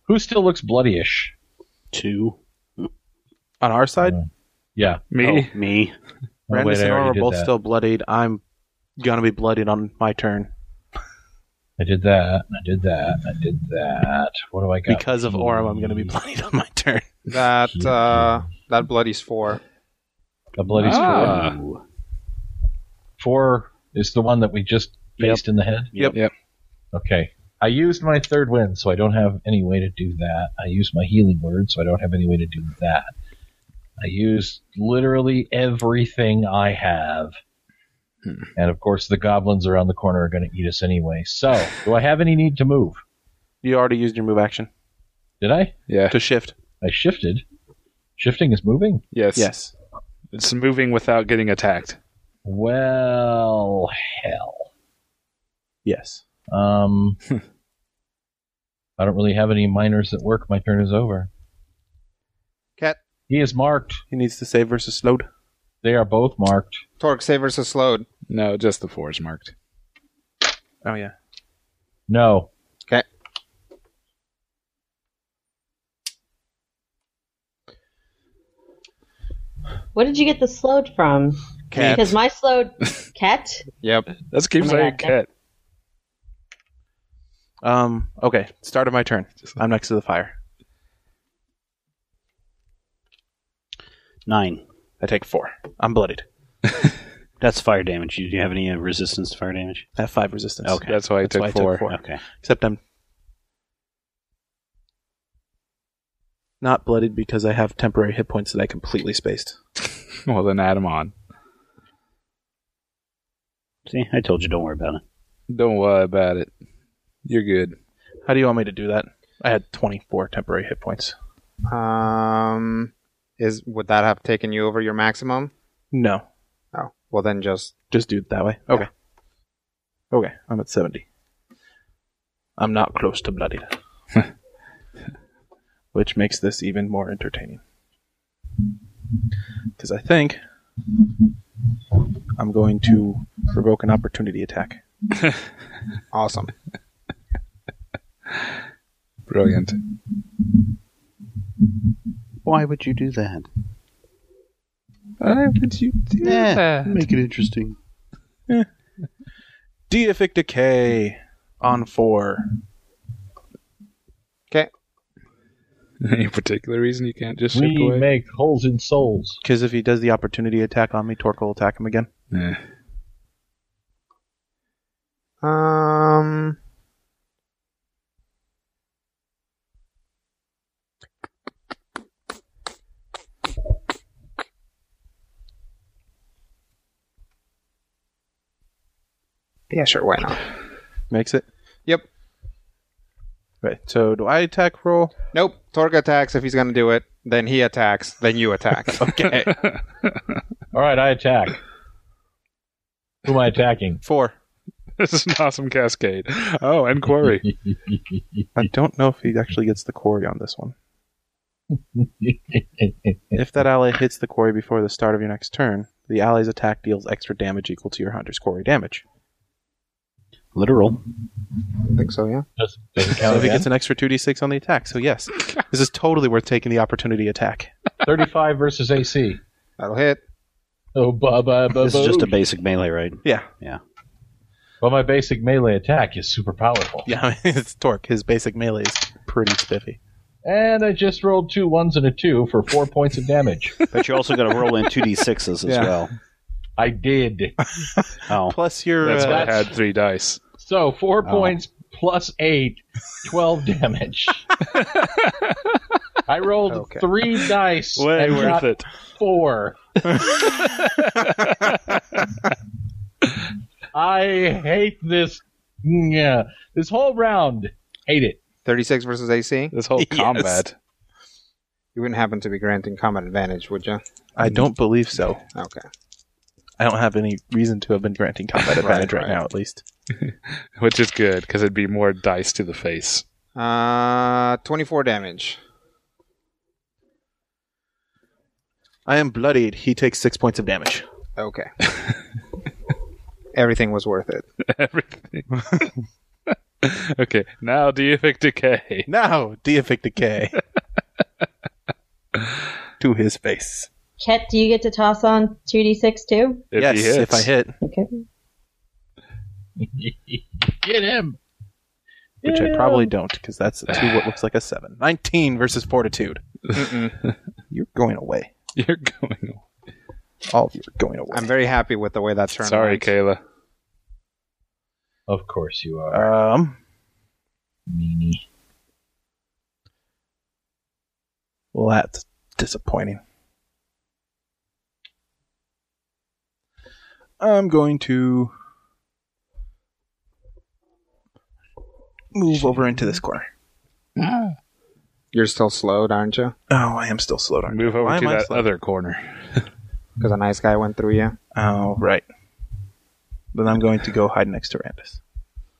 Speaker 3: Who still looks bloodyish?
Speaker 1: Two.
Speaker 4: On our side,
Speaker 3: Yeah.
Speaker 6: Me?
Speaker 1: Me.
Speaker 3: Oh,
Speaker 4: Randus
Speaker 3: wait, I
Speaker 4: and Orm
Speaker 3: already
Speaker 4: are
Speaker 3: did
Speaker 4: both
Speaker 3: that.
Speaker 4: still bloodied. I'm gonna be bloodied on my turn
Speaker 3: I did that. I did that. I did that. What do I got?
Speaker 4: because of Orm. I'm gonna be
Speaker 3: Mm.
Speaker 4: bloodied on my turn.
Speaker 2: Oh, That uh, that bloody's four.
Speaker 3: A bloody
Speaker 6: Ah.
Speaker 3: score. Four is the one that we just faced in the head.
Speaker 4: Yep.
Speaker 7: Yep.
Speaker 3: Okay. I used my third win, so I don't have any way to do that. I used my healing word, so I don't have any way to do that. I used literally everything I have.
Speaker 4: Hmm.
Speaker 3: And of course, the goblins around the corner are going to eat us anyway. So, do I have any need to move?
Speaker 4: You already used your move action
Speaker 3: Did I?
Speaker 7: Yeah.
Speaker 4: to shift.
Speaker 3: I shifted. Shifting is moving?
Speaker 7: Yes.
Speaker 4: Yes.
Speaker 6: It's moving without getting attacked.
Speaker 3: Well, hell.
Speaker 4: Yes.
Speaker 3: Um,
Speaker 4: Hmm.
Speaker 3: I don't really have any minors that work. My turn is over.
Speaker 2: Cat.
Speaker 3: He is marked.
Speaker 4: He needs to save versus slowed.
Speaker 3: They are both marked.
Speaker 2: Torque save versus slowed.
Speaker 7: No, just the four is marked.
Speaker 4: Oh yeah.
Speaker 3: No.
Speaker 2: Okay.
Speaker 5: What did you get the slowed from?
Speaker 2: Cat.
Speaker 5: Because my slowed cat.
Speaker 2: Yep.
Speaker 7: Let's keep
Speaker 5: Oh my
Speaker 7: saying
Speaker 5: God.
Speaker 7: cat.
Speaker 4: Um. Okay. Start of my turn. I'm next to the fire.
Speaker 1: Nine.
Speaker 4: I take four. I'm bloodied.
Speaker 1: That's fire damage. Do you have any uh, resistance to fire damage?
Speaker 4: I have five resistance.
Speaker 1: Okay.
Speaker 7: That's why I
Speaker 4: That's
Speaker 7: took
Speaker 4: why I took
Speaker 7: four.
Speaker 4: four.
Speaker 1: Okay.
Speaker 4: Except I'm not bloodied because I have temporary hit points that I completely spaced.
Speaker 7: Well, then add them on.
Speaker 1: See, I told you don't worry about it.
Speaker 7: Don't worry about it. You're good.
Speaker 4: How do you want me to do that? I had 24 temporary hit points.
Speaker 2: Um, is would that have taken you over your maximum?
Speaker 4: No,
Speaker 2: Oh, well then just
Speaker 4: just do it that way. Okay. Okay, I'm at 70. I'm not close to bloodied. Which makes this even more entertaining. Because I think I'm going to provoke an opportunity attack.
Speaker 2: awesome.
Speaker 7: Brilliant.
Speaker 1: Why would you do that?
Speaker 7: Why would you do
Speaker 1: Yeah.
Speaker 7: that?
Speaker 1: Make it interesting.
Speaker 4: Deific Decay on 4.
Speaker 2: Okay.
Speaker 7: Any particular reason you can't just shift
Speaker 3: We
Speaker 7: away?
Speaker 3: make holes in souls.
Speaker 4: Because if he does the opportunity attack on me, Torque will attack him again.
Speaker 7: Eh.
Speaker 2: Um. Yeah, sure. Why not?
Speaker 4: Makes it.
Speaker 2: Yep.
Speaker 4: Right. So do I attack roll?
Speaker 2: Nope. Torque attacks if he's gonna do it. Then he attacks. Then you attack.
Speaker 4: Okay.
Speaker 3: All right, I attack. Who am I attacking?
Speaker 4: Four.
Speaker 7: This is an awesome cascade. Oh, and quarry.
Speaker 4: I don't know if he actually gets the quarry on this one. If that ally hits the quarry before the start of your next turn, the ally's attack deals extra damage equal to your hunter's quarry damage.
Speaker 1: Literal.
Speaker 2: I think so. Yeah.
Speaker 3: Does- does it
Speaker 4: So
Speaker 3: count
Speaker 4: if he gets
Speaker 3: again?
Speaker 4: an extra 2d6 on the attack, so yes, this is totally worth taking the opportunity attack.
Speaker 3: 35 versus AC.
Speaker 2: That'll hit.
Speaker 3: Oh, ba ba ba
Speaker 1: This is just a
Speaker 3: base.
Speaker 1: basic melee, right?
Speaker 4: Yeah.
Speaker 1: Yeah.
Speaker 3: Well, my basic melee attack is super powerful.
Speaker 4: Yeah, it's Torque. His basic melee is pretty spiffy.
Speaker 3: And I just rolled two ones and a two for four points of damage.
Speaker 1: But you're also going to roll in 2d6s as
Speaker 4: Yeah.
Speaker 1: well.
Speaker 3: I did.
Speaker 1: Oh.
Speaker 4: Plus your
Speaker 6: That's
Speaker 4: uh,
Speaker 6: why I had three dice.
Speaker 3: So four
Speaker 1: Oh.
Speaker 3: points plus eight, 12 damage. I rolled
Speaker 4: Okay.
Speaker 3: three dice
Speaker 6: Way
Speaker 3: and
Speaker 6: worth
Speaker 3: got
Speaker 6: it.
Speaker 3: four. I hate this. Yeah, this whole round. Hate it.
Speaker 2: 36 versus AC.
Speaker 6: This whole combat.
Speaker 2: You wouldn't happen to be granting combat advantage, would you?
Speaker 4: I don't believe so.
Speaker 2: Okay.
Speaker 4: I don't have any reason to have been granting combat advantage right,
Speaker 2: right.
Speaker 4: now, at least.
Speaker 6: Which is good, because it'd be more dice to the face.
Speaker 2: Uh, 24 damage.
Speaker 4: I am bloodied. He takes six points of damage.
Speaker 2: Okay. Everything was worth it.
Speaker 6: Everything. okay, now do you pick decay?
Speaker 4: Now, deific decay. to his face.
Speaker 5: Ket, do you get to toss on 2d6 too?
Speaker 6: If
Speaker 4: yes,
Speaker 6: he hits.
Speaker 4: if I hit,
Speaker 5: Okay.
Speaker 3: Get him.
Speaker 4: which I
Speaker 3: Yeah.
Speaker 4: probably don't, because that's a two what looks like a seven. Nineteen versus fortitude.
Speaker 2: Mm-mm.
Speaker 4: You're going away.
Speaker 6: You're going.
Speaker 4: All of you are going away.
Speaker 2: I'm very happy with the way that turned
Speaker 6: Sorry,
Speaker 2: out.
Speaker 6: Kayla.
Speaker 3: Of course you are.
Speaker 4: um,
Speaker 3: meanie.
Speaker 4: well, that's disappointing. I'm going to move over into this corner.
Speaker 2: You're still slowed, aren't you?
Speaker 4: Oh, I am still slowed. aren't I?
Speaker 6: Move over
Speaker 4: Why
Speaker 6: to
Speaker 4: am I
Speaker 6: that
Speaker 4: slowed?
Speaker 6: other corner.
Speaker 2: Because a nice guy went through you.
Speaker 4: Oh, right. Then I'm going to go hide next to Randus.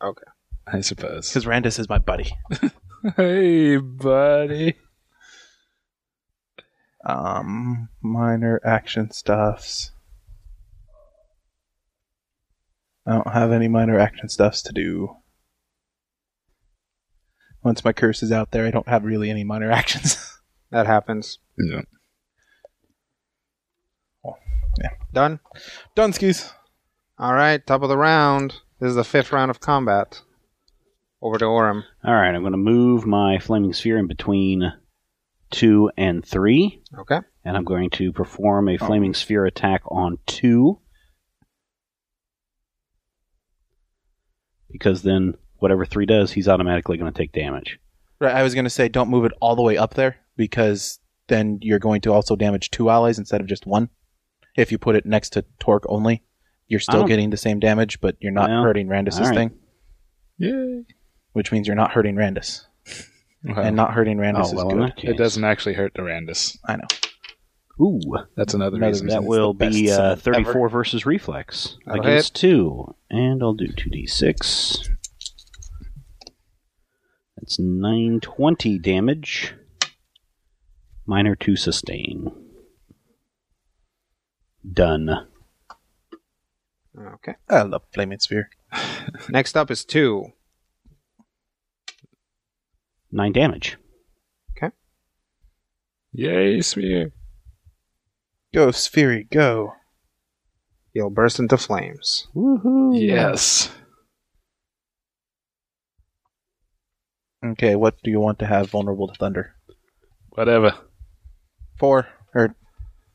Speaker 2: Okay.
Speaker 6: I suppose.
Speaker 4: Because Randus is my buddy.
Speaker 6: Hey, buddy.
Speaker 4: Um, minor action stuffs. I don't have any minor action stuffs to do. Once my curse is out there, I don't have really any minor actions.
Speaker 2: That happens.
Speaker 6: Yeah.
Speaker 2: Done?
Speaker 4: Dunskies.
Speaker 2: All right, top of the round. This is the fifth round of combat. Over to Orem.
Speaker 1: All right, I'm going to move my flaming sphere in between 2 and 3.
Speaker 2: Okay.
Speaker 1: and I'm going to perform
Speaker 4: Oh.
Speaker 1: a flaming sphere attack on two. Because then whatever three does, he's automatically going to take damage.
Speaker 4: Right, I was going to say don't move it all the way up there because then you're going to also damage two allies instead of just one. If you put it next to Torque only, you're
Speaker 1: I
Speaker 4: still
Speaker 1: don't-
Speaker 4: getting the same damage, but you're not
Speaker 1: Oh. Well,
Speaker 4: hurting Randus's
Speaker 1: all right.
Speaker 4: thing,
Speaker 6: Yay.
Speaker 4: which means you're not hurting Randus.
Speaker 6: Well,
Speaker 4: and not hurting Randus
Speaker 1: oh well,
Speaker 4: is
Speaker 1: in
Speaker 4: good.
Speaker 1: that case.
Speaker 6: it doesn't actually hurt Durandus.
Speaker 4: I know.
Speaker 1: Ooh,
Speaker 6: That's another,
Speaker 4: Another
Speaker 6: reason.
Speaker 1: that
Speaker 4: the
Speaker 1: will be
Speaker 4: best
Speaker 1: uh,
Speaker 4: summon
Speaker 1: 34 versus reflex
Speaker 2: That'll
Speaker 1: against two, and I'll do 2d6. That's 920 damage. Minor two sustain. Done.
Speaker 2: Okay.
Speaker 4: I love Flaming Sphere.
Speaker 2: Next up is two.
Speaker 1: Nine damage.
Speaker 6: Yay, Spear.
Speaker 4: Go, Sphery, go.
Speaker 2: You'll burst into flames.
Speaker 1: Woohoo!
Speaker 6: Yes.
Speaker 4: Okay, what do you want to have vulnerable to thunder?
Speaker 6: Whatever.
Speaker 4: Four. Or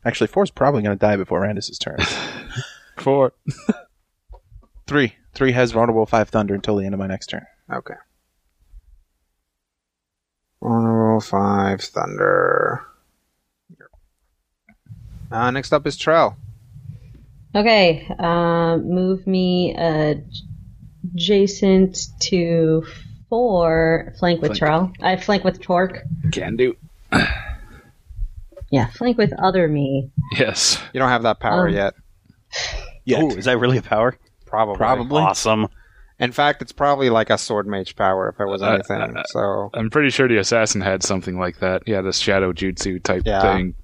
Speaker 4: actually four's probably gonna die before Randus's turn.
Speaker 6: Four.
Speaker 4: Three. Three has vulnerable five thunder until the end of my next turn.
Speaker 2: Okay. Honorable five thunder. Uh, next up is Trell.
Speaker 5: Okay. Um, move me uh, adjacent to four. Flank with Trell. I flank with Torque.
Speaker 6: Can do.
Speaker 5: Yeah, flank with other me.
Speaker 6: Yes.
Speaker 2: You don't have that power
Speaker 5: Um,
Speaker 2: yet.
Speaker 4: Yet.
Speaker 1: Oh, is that really a power?
Speaker 2: Probably.
Speaker 1: Awesome.
Speaker 2: In fact, it's probably like a sword mage power if it was
Speaker 6: Uh,
Speaker 2: anything.
Speaker 6: uh, uh,
Speaker 2: so
Speaker 6: I'm pretty sure the assassin had something like that. Yeah, this shadow jutsu type
Speaker 2: Yeah.
Speaker 6: thing.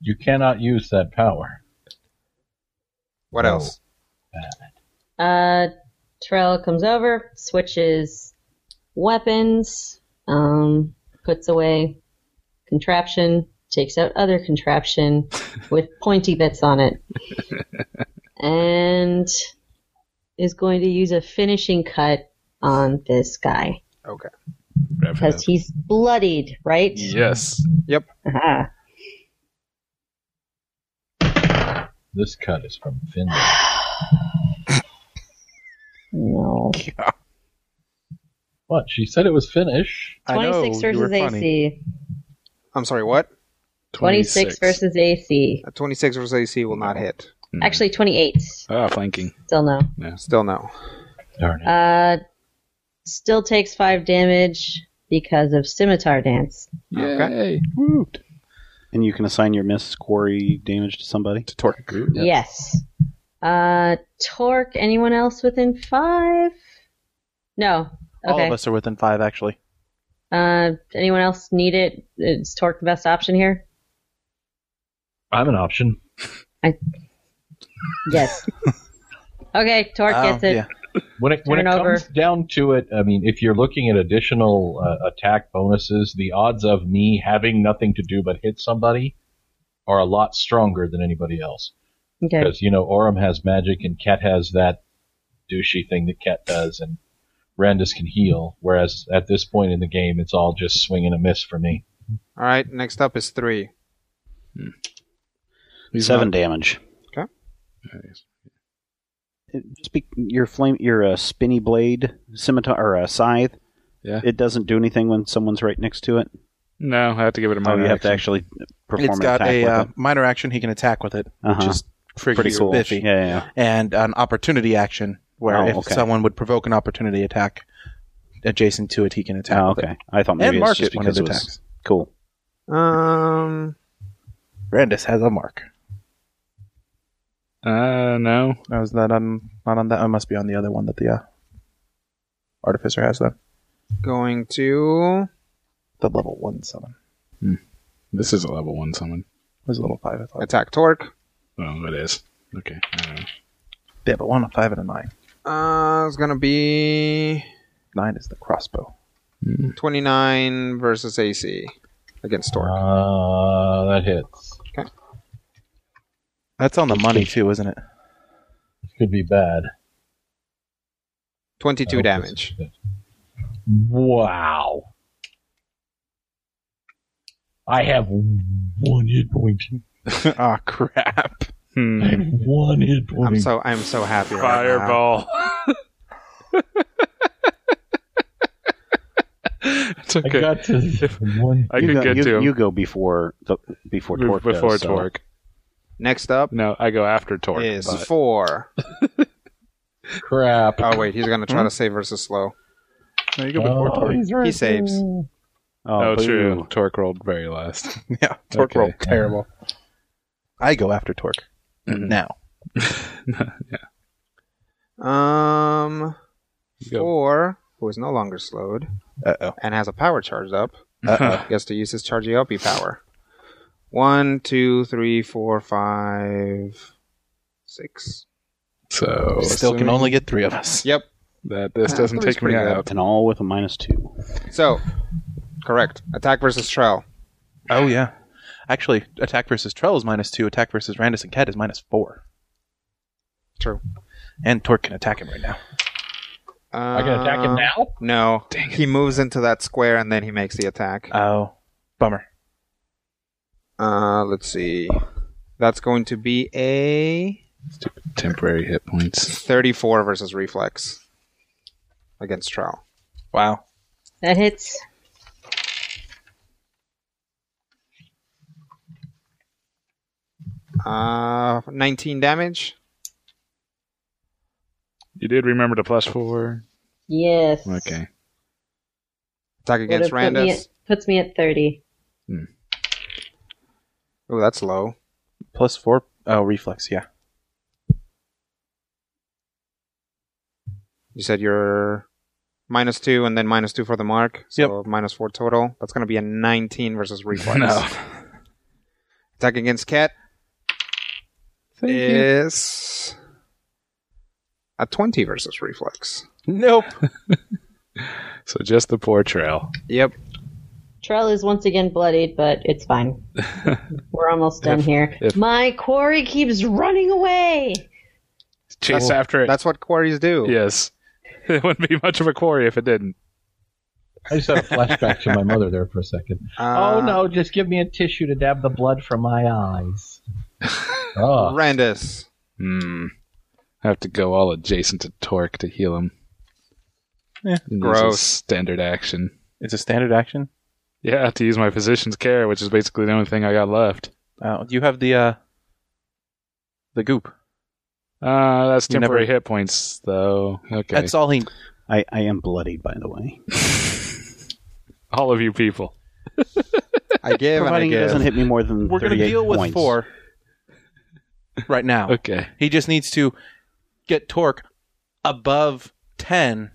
Speaker 3: You cannot use that power.
Speaker 2: what
Speaker 3: no.
Speaker 2: else?
Speaker 5: Uh, Trell comes over, switches weapons. um, puts away contraption, takes out other contraption with pointy bits on it, and is going to use a finishing cut on this guy
Speaker 2: Okay.
Speaker 6: Rev
Speaker 5: because he's bloodied, right? Uh-huh.
Speaker 6: Yes.
Speaker 5: Aha.
Speaker 3: This cut is from Finland.
Speaker 5: No.
Speaker 3: What? She said it was Finnish.
Speaker 4: I know,
Speaker 5: 26
Speaker 4: you were
Speaker 5: versus
Speaker 4: funny.
Speaker 5: AC.
Speaker 2: I'm sorry, what?
Speaker 5: 26 versus AC.
Speaker 2: A 26 versus AC will not hit.
Speaker 5: Actually, 28.
Speaker 6: Ah, flanking.
Speaker 5: Still no.
Speaker 2: Still no.
Speaker 3: Darn it.
Speaker 5: Uh, still takes five damage because of scimitar dance.
Speaker 6: Okay.
Speaker 1: And you can assign your miss quarry damage to somebody.
Speaker 4: to Torque.
Speaker 5: Yes. Uh, torque. Anyone else within five? No.
Speaker 4: All
Speaker 5: Okay.
Speaker 4: of us are within five, actually.
Speaker 5: Uh, anyone else need it? Is torque the best option here?
Speaker 3: I'm an option.
Speaker 5: Yes. okay. Torque gets
Speaker 4: Oh,
Speaker 5: it.
Speaker 4: yeah.
Speaker 3: When it, when it
Speaker 5: Turn over.
Speaker 3: comes down to it, I mean, if you're looking at additional uh, attack bonuses, the odds of me having nothing to do but hit somebody are a lot stronger than anybody else.
Speaker 5: Okay.
Speaker 3: Because, you know, Orim has magic and Ket has that douchey thing that Ket does, and Randus can heal, whereas at this point in the game, it's all just swing and a miss for me.
Speaker 2: All right, next up is three.
Speaker 1: Seven damage.
Speaker 2: Okay.
Speaker 1: It- Just be, your flame, your uh, spinny blade scimitar or uh, scythe.
Speaker 7: Yeah.
Speaker 1: It doesn't do anything when someone's right next to it.
Speaker 6: No, I have to give it a
Speaker 1: Oh,
Speaker 6: minor.
Speaker 1: you have to
Speaker 6: action.
Speaker 1: actually perform
Speaker 4: It's
Speaker 1: an
Speaker 4: got
Speaker 1: attack
Speaker 4: a
Speaker 1: with
Speaker 4: uh,
Speaker 1: it.
Speaker 4: minor action he can attack with it,
Speaker 1: Uh-huh.
Speaker 4: which is pretty,
Speaker 1: Pretty cool.
Speaker 4: biffy.
Speaker 1: Yeah, yeah, yeah.
Speaker 4: And an opportunity action where
Speaker 1: Oh,
Speaker 4: if
Speaker 1: okay.
Speaker 4: someone would provoke an opportunity attack adjacent to it, he can attack.
Speaker 1: Oh,
Speaker 4: with it.
Speaker 1: okay. I thought maybe
Speaker 4: And
Speaker 1: it's
Speaker 4: mark
Speaker 1: just
Speaker 4: it when it
Speaker 1: because it was
Speaker 4: attacks.
Speaker 1: cool.
Speaker 2: Um,
Speaker 4: Brandis has a mark.
Speaker 6: Uh, no.
Speaker 4: Oh, is that on not on that? I must be on the other one that the uh, artificer has then.
Speaker 2: going to
Speaker 4: The level one summon.
Speaker 7: This is a level one summon.
Speaker 4: It was a level five, I thought.
Speaker 2: attack Torque.
Speaker 7: Oh, it is. Okay. Uh,
Speaker 4: Yeah, but one, a five, and a nine.
Speaker 2: Uh, it's gonna be
Speaker 4: Nine is the crossbow.
Speaker 2: 29 versus AC against Torque.
Speaker 3: Uh, that hits.
Speaker 4: That's on the money too, isn't it?
Speaker 3: Could be bad.
Speaker 2: 22
Speaker 3: I hope
Speaker 2: damage.
Speaker 3: this is good. Wow. I have one hit point.
Speaker 4: Ah, crap.
Speaker 6: Hmm.
Speaker 3: I have one hit point.
Speaker 2: I'm so I'm so happy. right now.
Speaker 6: Fireball.
Speaker 7: it's
Speaker 3: I
Speaker 7: okay.
Speaker 3: got to one.
Speaker 6: I
Speaker 1: you
Speaker 6: could
Speaker 1: go,
Speaker 6: get
Speaker 1: you,
Speaker 6: to him
Speaker 1: you go before the before
Speaker 6: Move
Speaker 1: Torque does,
Speaker 6: before
Speaker 1: so-
Speaker 6: Torque.
Speaker 2: Next up
Speaker 6: No, I go after Torque.
Speaker 2: is
Speaker 6: but-
Speaker 2: four.
Speaker 3: crap.
Speaker 2: Oh wait, he's gonna try to save versus slow.
Speaker 7: No, you go before
Speaker 3: Oh,
Speaker 7: Torque.
Speaker 3: he's right
Speaker 2: He saves.
Speaker 3: there.
Speaker 1: Oh,
Speaker 6: Oh, true.
Speaker 1: boo.
Speaker 7: Torque rolled very last.
Speaker 4: yeah, Torque
Speaker 7: Okay.
Speaker 4: roll. Terrible. I go after Torque.
Speaker 6: Mhm.
Speaker 4: Now.
Speaker 2: Um,
Speaker 7: You
Speaker 1: Oh.
Speaker 7: go-
Speaker 2: four, who is no longer slowed
Speaker 4: Uh oh.
Speaker 2: and has a power charged up,
Speaker 7: Ah.
Speaker 4: Uh
Speaker 2: gets to use his charge up power. One, two, three, four, five, six.
Speaker 7: So
Speaker 4: oh. Still can only get three of us.
Speaker 2: Yep.
Speaker 7: that this
Speaker 2: Ah,
Speaker 7: doesn't
Speaker 2: three's
Speaker 7: take me
Speaker 2: pretty good.
Speaker 7: out.
Speaker 1: And all with a minus two.
Speaker 2: So, correct. Attack versus Trell.
Speaker 4: Oh yeah. Actually, attack versus Trell is minus two. Attack versus Randus and Cat is minus four.
Speaker 2: True.
Speaker 4: And Torque can attack him right now.
Speaker 2: Uh,
Speaker 3: I can attack him now?
Speaker 2: No. He moves into that square and then he makes the attack.
Speaker 7: Ah.
Speaker 4: Oh, bummer.
Speaker 2: Uh, let's see. That's going to be a
Speaker 7: Temporary hit points.
Speaker 2: 34 versus reflex against Trell.
Speaker 4: Wow.
Speaker 5: That hits.
Speaker 2: Uh, 19 damage.
Speaker 6: You did remember the plus four.
Speaker 5: Yes.
Speaker 7: Okay.
Speaker 2: Attack
Speaker 5: Would have
Speaker 2: against
Speaker 5: put me
Speaker 2: Randus.
Speaker 5: at- Puts me at 30.
Speaker 2: Oh, that's low.
Speaker 4: Plus four. Oh, reflex. Yeah.
Speaker 2: You said you're minus two and then minus two for the mark. So minus four total. That's going to be a 19 versus reflex.
Speaker 7: No.
Speaker 2: Attack against Cat is a 20 versus reflex.
Speaker 4: Nope.
Speaker 7: So just the poor trail.
Speaker 2: Yep.
Speaker 5: Trell is once again bloodied, but it's fine. We're almost done here.
Speaker 6: if-
Speaker 5: My quarry keeps running away.
Speaker 6: Chase after it.
Speaker 2: That's what quarries do.
Speaker 6: yes. It wouldn't be much of a quarry if it didn't.
Speaker 3: I just had a flashback to my mother there for a second.
Speaker 2: Uh,
Speaker 3: oh no, just give me a tissue to dab the blood from my eyes. oh,
Speaker 2: Randus.
Speaker 7: Hmm. I have to go all adjacent to Torque to heal him.
Speaker 4: Yeah.
Speaker 7: And use a
Speaker 2: Gross.
Speaker 7: Standard action.
Speaker 4: It's a standard action.
Speaker 6: Yeah, I have to use my physician's care, which is basically the only thing I got left.
Speaker 4: Uh, you have the uh, the goop.
Speaker 6: Uh, that's
Speaker 4: You never-
Speaker 6: temporary hit points, though. Okay.
Speaker 4: That's all he.
Speaker 1: I, I am bloodied, by the way.
Speaker 6: all of you people.
Speaker 2: I give and I
Speaker 1: Providing it doesn't
Speaker 2: give.
Speaker 1: hit me more than
Speaker 4: We're gonna
Speaker 1: 38
Speaker 4: deal with
Speaker 1: points.
Speaker 4: four. Right now,
Speaker 6: Okay.
Speaker 4: he just needs to get torque above ten,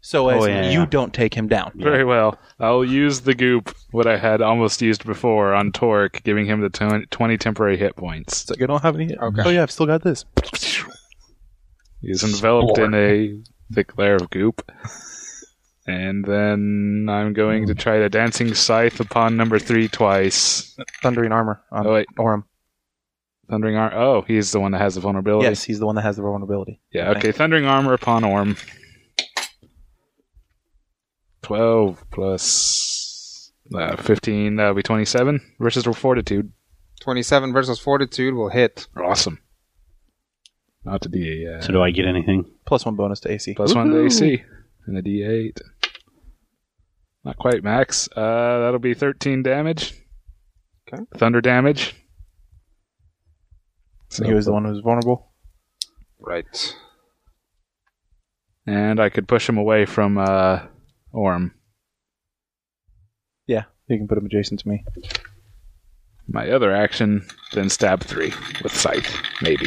Speaker 4: so as
Speaker 1: Oh, yeah,
Speaker 4: you
Speaker 1: yeah.
Speaker 4: don't take him down.
Speaker 6: Very well. I'll use the goop, what I had almost used before, on Torque, giving him the twen- 20 temporary hit points.
Speaker 4: It's like I don't have any. Okay. Oh yeah, I've still got this.
Speaker 6: He's enveloped in a thick layer of goop. And then I'm going to try the dancing scythe upon number three twice.
Speaker 4: Thundering armor on
Speaker 6: Oh, wait.
Speaker 4: Orem.
Speaker 6: Thundering arm. Oh, he's the one that has the vulnerability.
Speaker 4: Yes, Oh, he's the one that has the vulnerability.
Speaker 6: Yeah. Okay. Thundering armor upon Orm. Twelve plus uh, fifteen. That'll be twenty-seven versus fortitude.
Speaker 2: 27 versus fortitude will hit.
Speaker 6: Awesome. Not to be a uh,
Speaker 1: So do I get anything?
Speaker 4: Plus one bonus to AC.
Speaker 6: plus one to AC and a D8. Not quite max. Uh, that'll be 13 damage.
Speaker 2: Okay.
Speaker 6: Thunder damage.
Speaker 4: So he was the one who was vulnerable.
Speaker 2: Right.
Speaker 6: And I could push him away from uh, Orm.
Speaker 4: Yeah, you can put him adjacent to me.
Speaker 6: My other action, then stab three with scythe, maybe.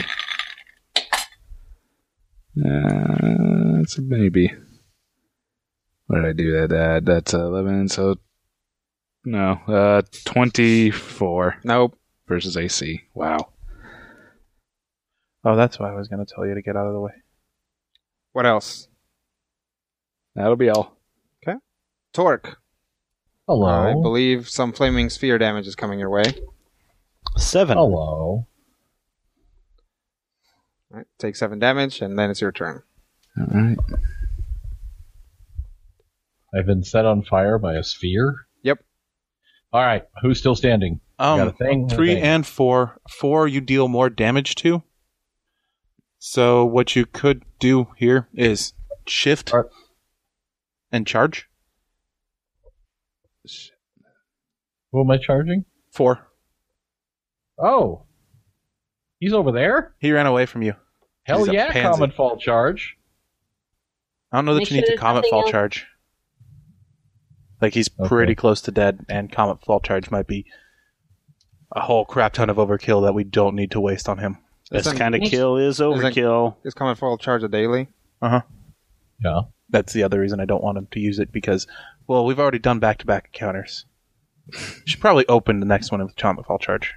Speaker 6: Uh, that's a maybe. What did I do? That uh, that's eleven. So no, uh, twenty-four
Speaker 2: Nope.
Speaker 6: versus AC. Wow.
Speaker 4: Oh, that's why I was going to tell you to get out of the way.
Speaker 2: What else?
Speaker 6: That'll be all.
Speaker 2: Torque. I
Speaker 3: hello,
Speaker 2: believe some flaming sphere damage is coming your way.
Speaker 1: Seven.
Speaker 3: hello.
Speaker 2: All right, Take 7 damage, and then it's your turn.
Speaker 6: All right.
Speaker 3: I've been set on fire by a sphere.
Speaker 2: Yep.
Speaker 3: All right, who's still standing?
Speaker 4: Um,
Speaker 3: got a thing?
Speaker 4: three
Speaker 3: Okay.
Speaker 4: and four. Four, you deal more damage to. So what you could do here is shift
Speaker 3: Alright.
Speaker 4: and charge
Speaker 3: Who am I charging?
Speaker 4: four.
Speaker 3: Oh, he's over there.
Speaker 4: He ran away from you.
Speaker 3: Hell
Speaker 4: He's a
Speaker 3: yeah,
Speaker 4: pansy.
Speaker 3: common fall charge.
Speaker 4: I don't know that
Speaker 5: Make sure
Speaker 4: you need to
Speaker 5: there's
Speaker 4: comet
Speaker 5: nothing
Speaker 4: fall
Speaker 5: else.
Speaker 4: charge. Like he's
Speaker 3: Okay.
Speaker 4: pretty close to dead, and comet fall charge might be a whole crap ton of overkill that we don't need to waste on him.
Speaker 1: This
Speaker 2: Isn't-
Speaker 1: kind of kill is overkill.
Speaker 2: Is coming full charge of daily?
Speaker 4: Uh huh.
Speaker 3: Yeah.
Speaker 4: That's the other reason I don't want him to use it because, well, we've already done back to back encounters. Should probably open the next one with Comet Fall Charge.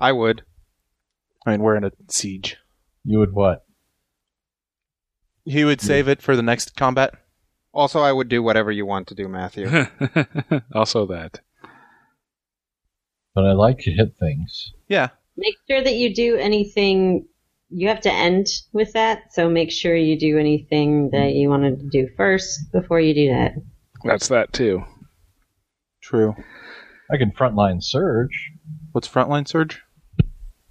Speaker 2: I would.
Speaker 4: I mean, we're in a siege.
Speaker 3: You would what?
Speaker 4: He would save it for the next combat.
Speaker 2: Also, I would do whatever you want to do, Matthew.
Speaker 6: also that.
Speaker 3: But I like to hit things.
Speaker 4: Yeah.
Speaker 5: Make sure that you do anything. You have to end with that, so make sure you do anything that you wanted to do first before you do that.
Speaker 6: That's that too.
Speaker 4: True.
Speaker 3: I can frontline surge.
Speaker 4: What's frontline surge?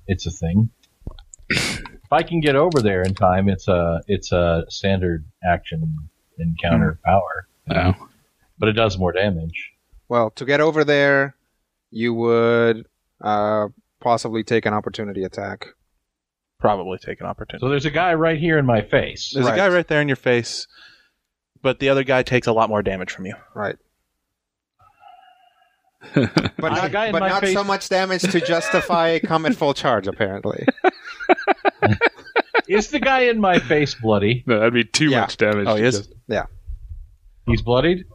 Speaker 3: It's a thing. if I can get over there in time, it's a it's a standard action encounter power,
Speaker 6: Oh.
Speaker 3: but it does more damage.
Speaker 2: well, to get over there, you would uh, possibly take an opportunity attack.
Speaker 4: Probably take an opportunity.
Speaker 3: So there's a guy right here in my face.
Speaker 4: There's a guy right there in your face, but the other guy takes a lot more damage from you.
Speaker 2: Right. but
Speaker 3: There's a
Speaker 2: not,
Speaker 3: guy in
Speaker 2: but
Speaker 3: my
Speaker 2: not so
Speaker 3: face-
Speaker 2: much damage to justify come at full charge, apparently.
Speaker 3: Is the guy in my face bloody?
Speaker 6: No, that'd be too
Speaker 2: Yeah.
Speaker 6: much damage.
Speaker 4: Oh, he is?
Speaker 6: Just-
Speaker 3: He's bloodied.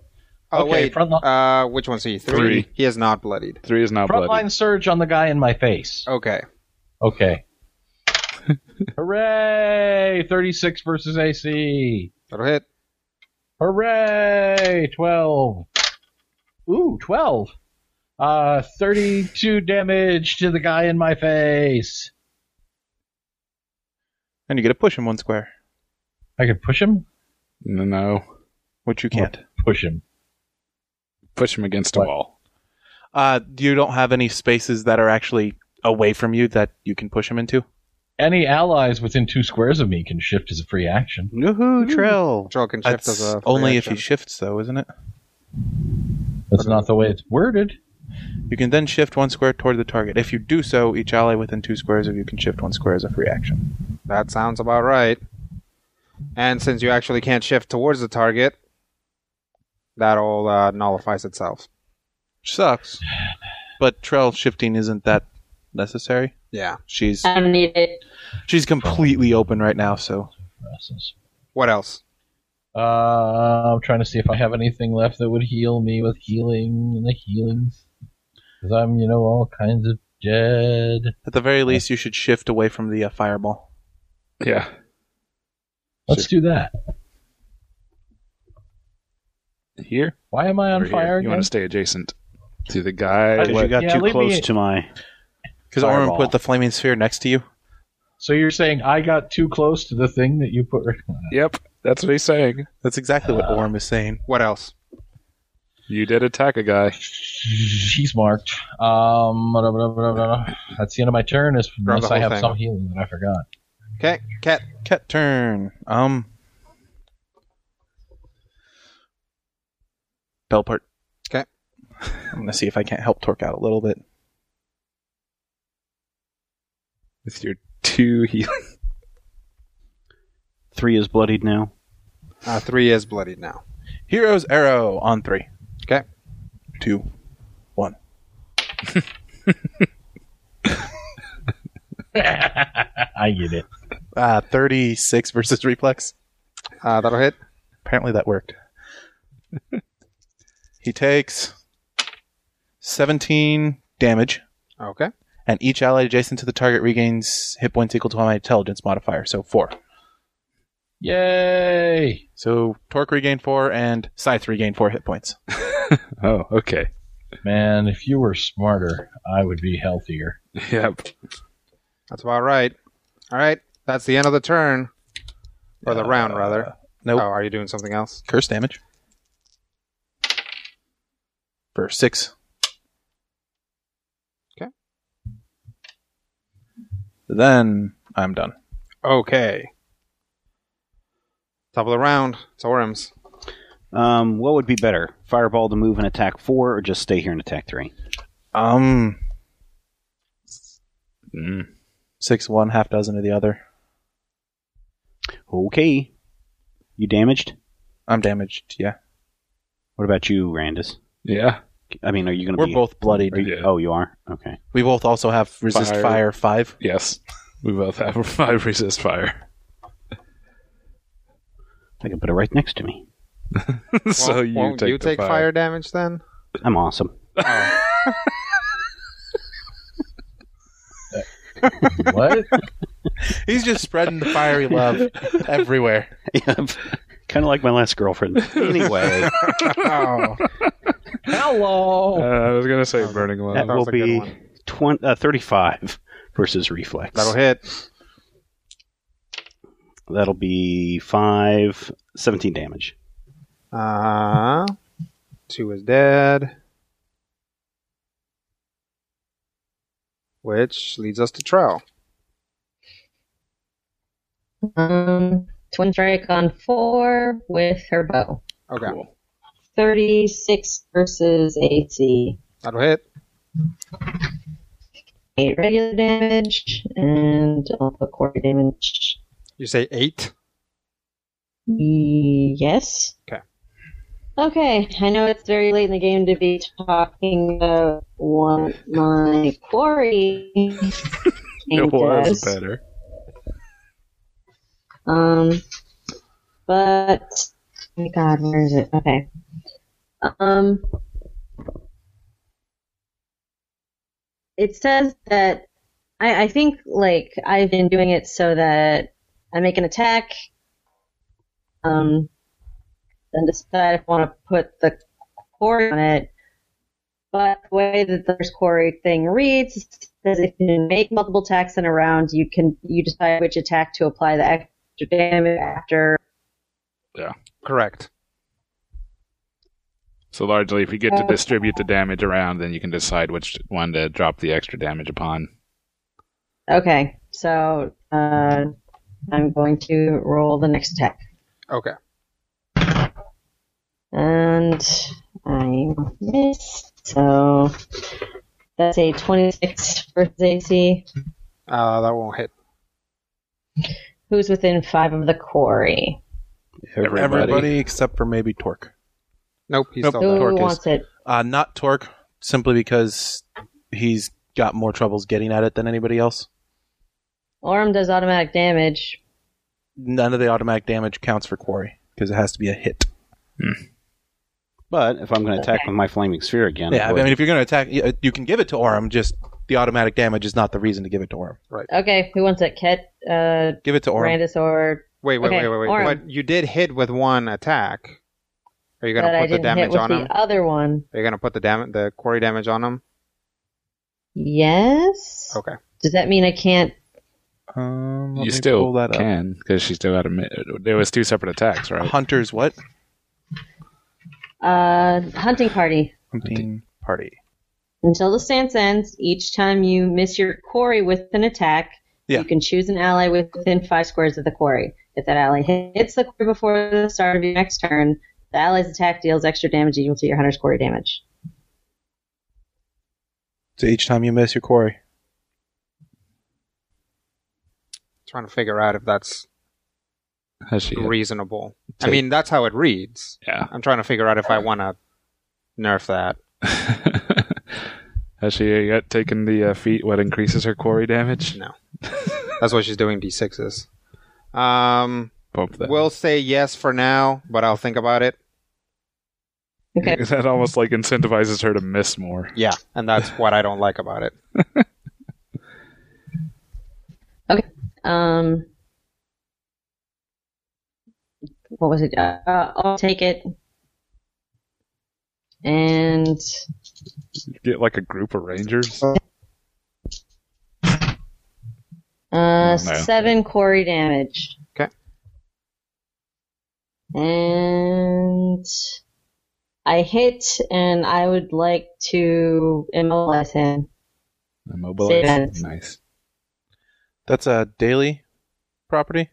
Speaker 2: Oh,
Speaker 3: Okay,
Speaker 2: wait.
Speaker 3: front li-
Speaker 2: uh, which one's he? Three.
Speaker 6: Three.
Speaker 2: He is not bloodied.
Speaker 6: Three is not bloody.
Speaker 3: Frontline surge on the guy in my face.
Speaker 2: Okay.
Speaker 3: Okay. Hooray! 36 versus AC.
Speaker 2: That'll hit.
Speaker 3: Hooray! 12. Ooh, 12. Uh, 32 damage to the guy in my face.
Speaker 4: And you get to push him one square,
Speaker 3: I could push him?
Speaker 6: No, no.
Speaker 4: which you can't.
Speaker 3: Push him.
Speaker 6: Push him against a
Speaker 3: What?
Speaker 6: wall.
Speaker 4: Uh, you don't have any spaces that are actually away from you that you can push him into.
Speaker 3: Any allies within two squares of me can shift as a free action.
Speaker 4: Woohoo, Trill!
Speaker 2: Draw Hmm. can shift
Speaker 4: That's
Speaker 2: as a
Speaker 4: only if he
Speaker 2: reaction.
Speaker 4: shifts, though, isn't it?
Speaker 3: That's not the way it's worded.
Speaker 4: You can then shift one square toward the target. If you do so, each ally within two squares of you can shift one square as a free action.
Speaker 2: That sounds about right. And since you actually can't shift towards the target, that all uh, nullifies itself.
Speaker 4: Which sucks. But Trell shifting isn't that necessary.
Speaker 2: Yeah.
Speaker 4: She's
Speaker 5: I don't need it.
Speaker 4: she's completely open right now, so
Speaker 2: What else?
Speaker 3: Uh, I'm trying to see if I have anything left that would heal me with healing and the healings. Because I'm, you know, all kinds of dead.
Speaker 4: at the very least you should shift away from the uh, fireball.
Speaker 6: Yeah.
Speaker 3: Let's do that.
Speaker 6: Here?
Speaker 3: Why am I on
Speaker 6: Or here?
Speaker 3: fire
Speaker 6: You
Speaker 3: again?
Speaker 6: want to stay adjacent to the guy.
Speaker 3: Because
Speaker 6: what-
Speaker 1: you got
Speaker 3: Yeah,
Speaker 1: too
Speaker 3: leave
Speaker 1: close
Speaker 3: me-
Speaker 1: to my.
Speaker 4: Because Orm
Speaker 1: Fireball.
Speaker 4: put the flaming sphere next to you.
Speaker 3: so you're saying I got too close to the thing that you put.
Speaker 6: Yep, that's what he's saying.
Speaker 4: That's exactly what Orm is saying.
Speaker 2: What else?
Speaker 6: You did attack a guy.
Speaker 3: She's marked. Um, blah, blah, blah, blah, blah. that's the end of my turn. Is
Speaker 2: the
Speaker 3: unless I
Speaker 2: whole
Speaker 3: have
Speaker 2: thing.
Speaker 3: some healing that I forgot.
Speaker 2: Okay, cat.
Speaker 4: Cat turn. Um Belpart.
Speaker 2: 'Kay.
Speaker 4: I'm gonna see if I can't help Torque out a little bit.
Speaker 6: with your two healing.
Speaker 1: Three is bloodied now.
Speaker 2: Uh, three is bloodied now.
Speaker 4: Hero's arrow on three.
Speaker 2: 'Kay.
Speaker 4: Two, one.
Speaker 3: I get it.
Speaker 4: Ah, 36 versus reflex.
Speaker 2: Uh, that'll hit.
Speaker 4: Apparently that worked. he takes 17 damage,
Speaker 2: Okay.
Speaker 4: and each ally adjacent to the target regains hit points equal to my intelligence modifier, so four.
Speaker 3: Yay!
Speaker 4: So Torque regained four, and Scythe regained four hit points.
Speaker 6: Oh, okay.
Speaker 3: Man, if you were smarter, I would be healthier.
Speaker 6: Yep.
Speaker 2: That's about right. All right. That's the end of the turn. Or the round, rather.
Speaker 4: No
Speaker 2: Oh, are you doing something else?
Speaker 4: curse damage. For six.
Speaker 2: 'Kay.
Speaker 4: Then I'm done.
Speaker 2: Okay. Top of the round. It's Orem's.
Speaker 1: Um, what would be better? Fireball to move and attack four, or just stay here and attack three?
Speaker 4: Um,
Speaker 6: Mm.
Speaker 4: six of one, half dozen of the other.
Speaker 1: Okay. You damaged?
Speaker 4: I'm damaged. Yeah,
Speaker 1: What about you, Randis?
Speaker 6: Yeah.
Speaker 1: I mean, are you going to
Speaker 4: we're
Speaker 1: be.
Speaker 4: both bloodied.
Speaker 1: are you-
Speaker 6: Yeah.
Speaker 1: Oh, you are? Okay.
Speaker 4: We both also have resist
Speaker 6: Fire.
Speaker 4: fire, five.
Speaker 6: Yes. We both have five resist fire.
Speaker 1: I can put it right next to me.
Speaker 6: so
Speaker 2: Won't-
Speaker 6: you
Speaker 2: won't
Speaker 6: take,
Speaker 2: you
Speaker 6: the
Speaker 2: take
Speaker 6: fire.
Speaker 2: fire damage then?
Speaker 1: I'm awesome.
Speaker 3: What?
Speaker 4: He's just spreading the fiery love everywhere.
Speaker 1: kind of like my last girlfriend. Anyway,
Speaker 2: oh.
Speaker 6: Uh,
Speaker 3: Hello.
Speaker 6: I was gonna say burning
Speaker 1: that
Speaker 2: was
Speaker 6: love.
Speaker 1: will
Speaker 2: a good
Speaker 1: be
Speaker 2: one.
Speaker 1: 20, uh, 35 versus reflex.
Speaker 2: That'll hit.
Speaker 1: That'll be 5, 17 damage.
Speaker 2: Uh, two is dead. Which leads us to Trell.
Speaker 5: Um, twin strike on four with her bow.
Speaker 2: Okay.
Speaker 5: Thirty-six versus AC.
Speaker 2: That'll hit.
Speaker 5: Eight regular damage and I'll put quarter damage.
Speaker 2: You say eight?
Speaker 5: Yes.
Speaker 2: Okay.
Speaker 5: Okay, I know it's very late in the game to be talking about what my quarry
Speaker 6: It was
Speaker 5: does.
Speaker 6: better.
Speaker 5: Um, but my God, where is it? Okay. Um, it says that I, I think like I've been doing it so that I make an attack, um, then decide if I want to put the quarry on it, But the way that the first quarry thing reads says if you make multiple attacks in a round, you can you decide which attack to apply the extra damage after.
Speaker 2: Correct.
Speaker 6: So largely, if you get to distribute the damage around, then you can decide which one to drop the extra damage upon.
Speaker 5: Okay, so uh, I'm going to roll the next attack.
Speaker 2: Okay.
Speaker 5: And I miss. So that's a 26 versus AC.
Speaker 2: Uh, that won't hit.
Speaker 5: Who's within five of the quarry?
Speaker 4: Everybody. except for maybe Torque.
Speaker 2: Nope, he's
Speaker 4: Nope.
Speaker 2: still
Speaker 5: Who
Speaker 2: there.
Speaker 4: Torque is-
Speaker 5: wants it?
Speaker 4: Uh, not Torque, simply because he's got more troubles getting at it than anybody else.
Speaker 5: Orm does automatic damage.
Speaker 4: None of the automatic damage counts for Quarry because it has to be a hit.
Speaker 1: But if I'm going to attack with my flaming sphere again,
Speaker 4: Yeah, I
Speaker 1: would.
Speaker 4: mean, if you're going to attack, you you can give it to Orm. Just the automatic damage is not the reason to give it to Orm. Right.
Speaker 5: Okay, who wants it? Ket, uh,
Speaker 4: Give it to Orm.
Speaker 5: Brandis, or.
Speaker 2: Wait, wait,
Speaker 5: Okay,
Speaker 2: wait, wait, wait.
Speaker 5: Oren.
Speaker 2: But you did hit with one attack. Are you
Speaker 5: That
Speaker 2: gonna
Speaker 5: I
Speaker 2: put the
Speaker 5: didn't hit
Speaker 2: damage
Speaker 5: with
Speaker 2: on
Speaker 5: the
Speaker 2: him?
Speaker 5: other one.
Speaker 2: Are you gonna put the dam- the quarry damage on him?
Speaker 5: Yes.
Speaker 2: Okay.
Speaker 5: Does that mean I can't?
Speaker 4: Um, let
Speaker 6: you
Speaker 4: me
Speaker 6: still
Speaker 4: pull that up.
Speaker 6: can because she still had a. mi- There was two separate attacks, right?
Speaker 4: Hunter's what?
Speaker 5: Uh, hunting party.
Speaker 4: Hunting party.
Speaker 5: Until the stance ends, each time you miss your quarry with an attack,
Speaker 4: Yeah.
Speaker 5: you can choose an ally within five squares of the quarry. If that ally hits the quarry before the start of your next turn, the ally's attack deals extra damage equal to your hunter's quarry damage.
Speaker 4: So each time you miss your quarry.
Speaker 2: Trying to figure out if that's
Speaker 6: Has she?
Speaker 2: reasonable. I
Speaker 6: Take-
Speaker 2: mean, that's how it reads.
Speaker 6: Yeah.
Speaker 2: I'm trying to figure out if I want to nerf that.
Speaker 6: Has she yet taken the uh, feat? What increases her quarry damage?
Speaker 2: No. That's why she's doing d6s. Um,
Speaker 6: Bump that.
Speaker 2: we'll say yes for now, but I'll think about it.
Speaker 5: Okay.
Speaker 6: that almost like incentivizes her to miss more.
Speaker 2: Yeah, and that's what I don't like about it.
Speaker 5: Um, what was it? Uh, uh, I'll take it. And
Speaker 6: Get like a group of rangers.
Speaker 5: Uh,
Speaker 6: no.
Speaker 5: seven quarry damage.
Speaker 2: Okay.
Speaker 5: And I hit, and I would like to immobilize him.
Speaker 6: Immobilize.
Speaker 5: Save.
Speaker 6: Nice.
Speaker 4: That's a daily property.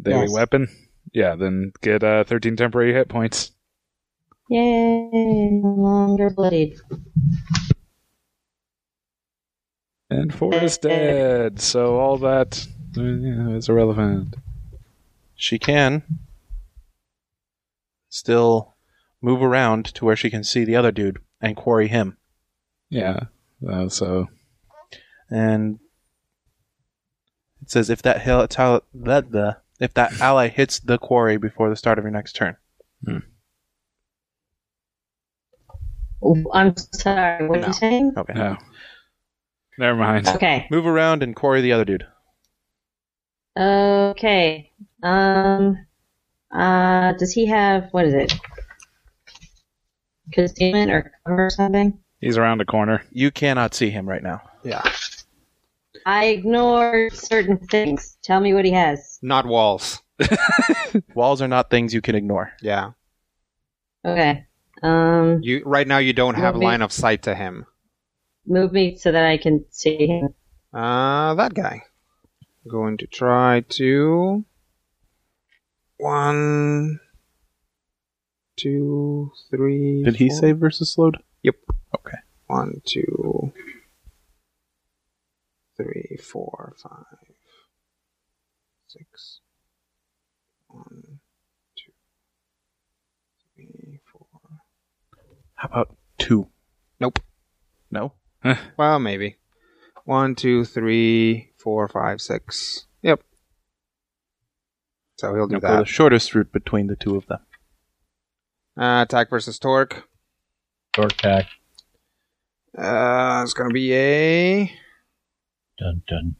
Speaker 6: Daily
Speaker 5: Yes.
Speaker 6: weapon. Yeah. Then get uh, 13 temporary hit points.
Speaker 5: Yay! no Longer bloodied.
Speaker 6: And four is dead. So all that uh, yeah, is irrelevant.
Speaker 4: She can still move around to where she can see the other dude and quarry him.
Speaker 6: Yeah. Uh, so
Speaker 4: And it says if that hill, tell, that the if that ally hits the quarry before the start of your next turn.
Speaker 5: Ooh, I'm sorry. What are
Speaker 2: No.
Speaker 5: you saying?
Speaker 4: Okay.
Speaker 6: no. Never mind.
Speaker 5: Okay.
Speaker 4: Move around and quarry the other dude.
Speaker 5: Okay. Um. Uh. Does he have what is it? Concealment or cover or something?
Speaker 6: He's around the corner.
Speaker 4: You cannot see him right now.
Speaker 2: Yeah.
Speaker 5: I ignore certain things. Tell me what he has.
Speaker 2: Not walls.
Speaker 4: Walls are not things you can ignore.
Speaker 2: Yeah.
Speaker 5: Okay. Um,
Speaker 2: You right now you don't have
Speaker 5: Well, we-
Speaker 2: line of sight to him.
Speaker 5: move me so that I can see him.
Speaker 2: Uh, that guy. Going to try to. One, two, three. four.
Speaker 4: versus slowed?
Speaker 2: One, two, three, four, five, six. One, two, three, four.
Speaker 4: How about two?
Speaker 2: Nope.
Speaker 4: No.
Speaker 2: Well, maybe. One, two, three, four, five, six. Yep. So he'll do
Speaker 4: You'll go the
Speaker 2: that.
Speaker 4: shortest route between the two of them.
Speaker 2: Uh, attack versus torque.
Speaker 3: Dork pack.
Speaker 2: Uh, it's gonna be a
Speaker 3: Dun dun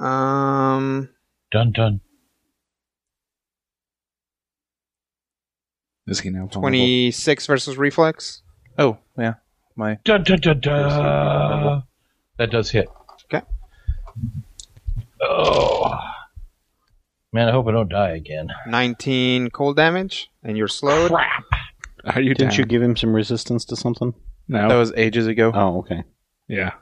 Speaker 2: um.
Speaker 3: dun dun.
Speaker 6: Is he now vulnerable?
Speaker 2: Twenty-six versus reflex.
Speaker 4: Oh, yeah. My
Speaker 3: Dun, dun, dun, dun. That does hit.
Speaker 2: Okay.
Speaker 3: Oh. Man, I hope I don't die again.
Speaker 2: 19 cold damage, and you're slowed.
Speaker 3: Crap.
Speaker 6: Are you
Speaker 1: Didn't
Speaker 6: down?
Speaker 1: you give him some resistance to something?
Speaker 6: no.
Speaker 4: that was ages ago,
Speaker 1: Oh, okay.
Speaker 6: yeah.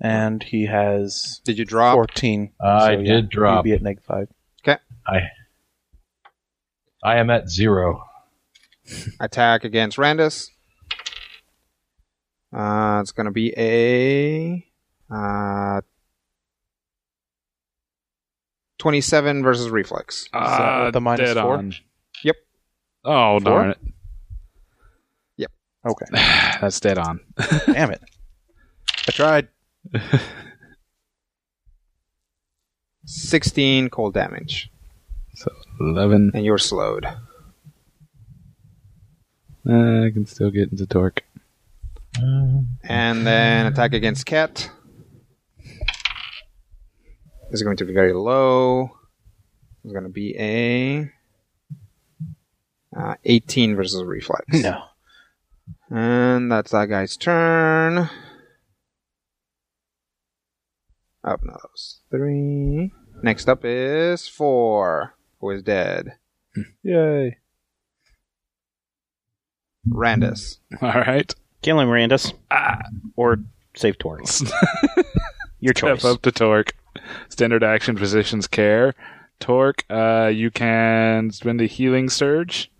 Speaker 4: and he has
Speaker 2: Did you drop?
Speaker 4: fourteen.
Speaker 3: I
Speaker 4: So,
Speaker 3: did
Speaker 4: yeah, you'd
Speaker 3: drop.
Speaker 4: Be at neg five.
Speaker 3: I I am at zero.
Speaker 2: Attack against Randus. Uh, it's going to be a uh, 27 versus reflex.
Speaker 4: Is that
Speaker 6: Uh,
Speaker 4: with the minus
Speaker 6: dead
Speaker 4: four?
Speaker 6: on.
Speaker 2: Yep.
Speaker 6: Oh, darn it.
Speaker 4: Okay.
Speaker 6: That's dead on.
Speaker 4: Damn it. I tried.
Speaker 2: 16 cold damage,
Speaker 6: 11.
Speaker 2: and you're slowed.
Speaker 6: Uh, I can still get into torque.
Speaker 2: And then attack against Cat. This is going to be very low. It's going to be a uh, 18 versus reflex.
Speaker 4: No.
Speaker 2: And that's that guy's turn. Up now, Oh, that was three. Next up is four, who is dead.
Speaker 6: Yay.
Speaker 2: Randus.
Speaker 6: All right.
Speaker 1: Killing Randus.
Speaker 6: Ah.
Speaker 1: Or save Tori. Your choice.
Speaker 6: Step up to torque. Standard action physician's care. Torque, uh, you can spend a healing surge.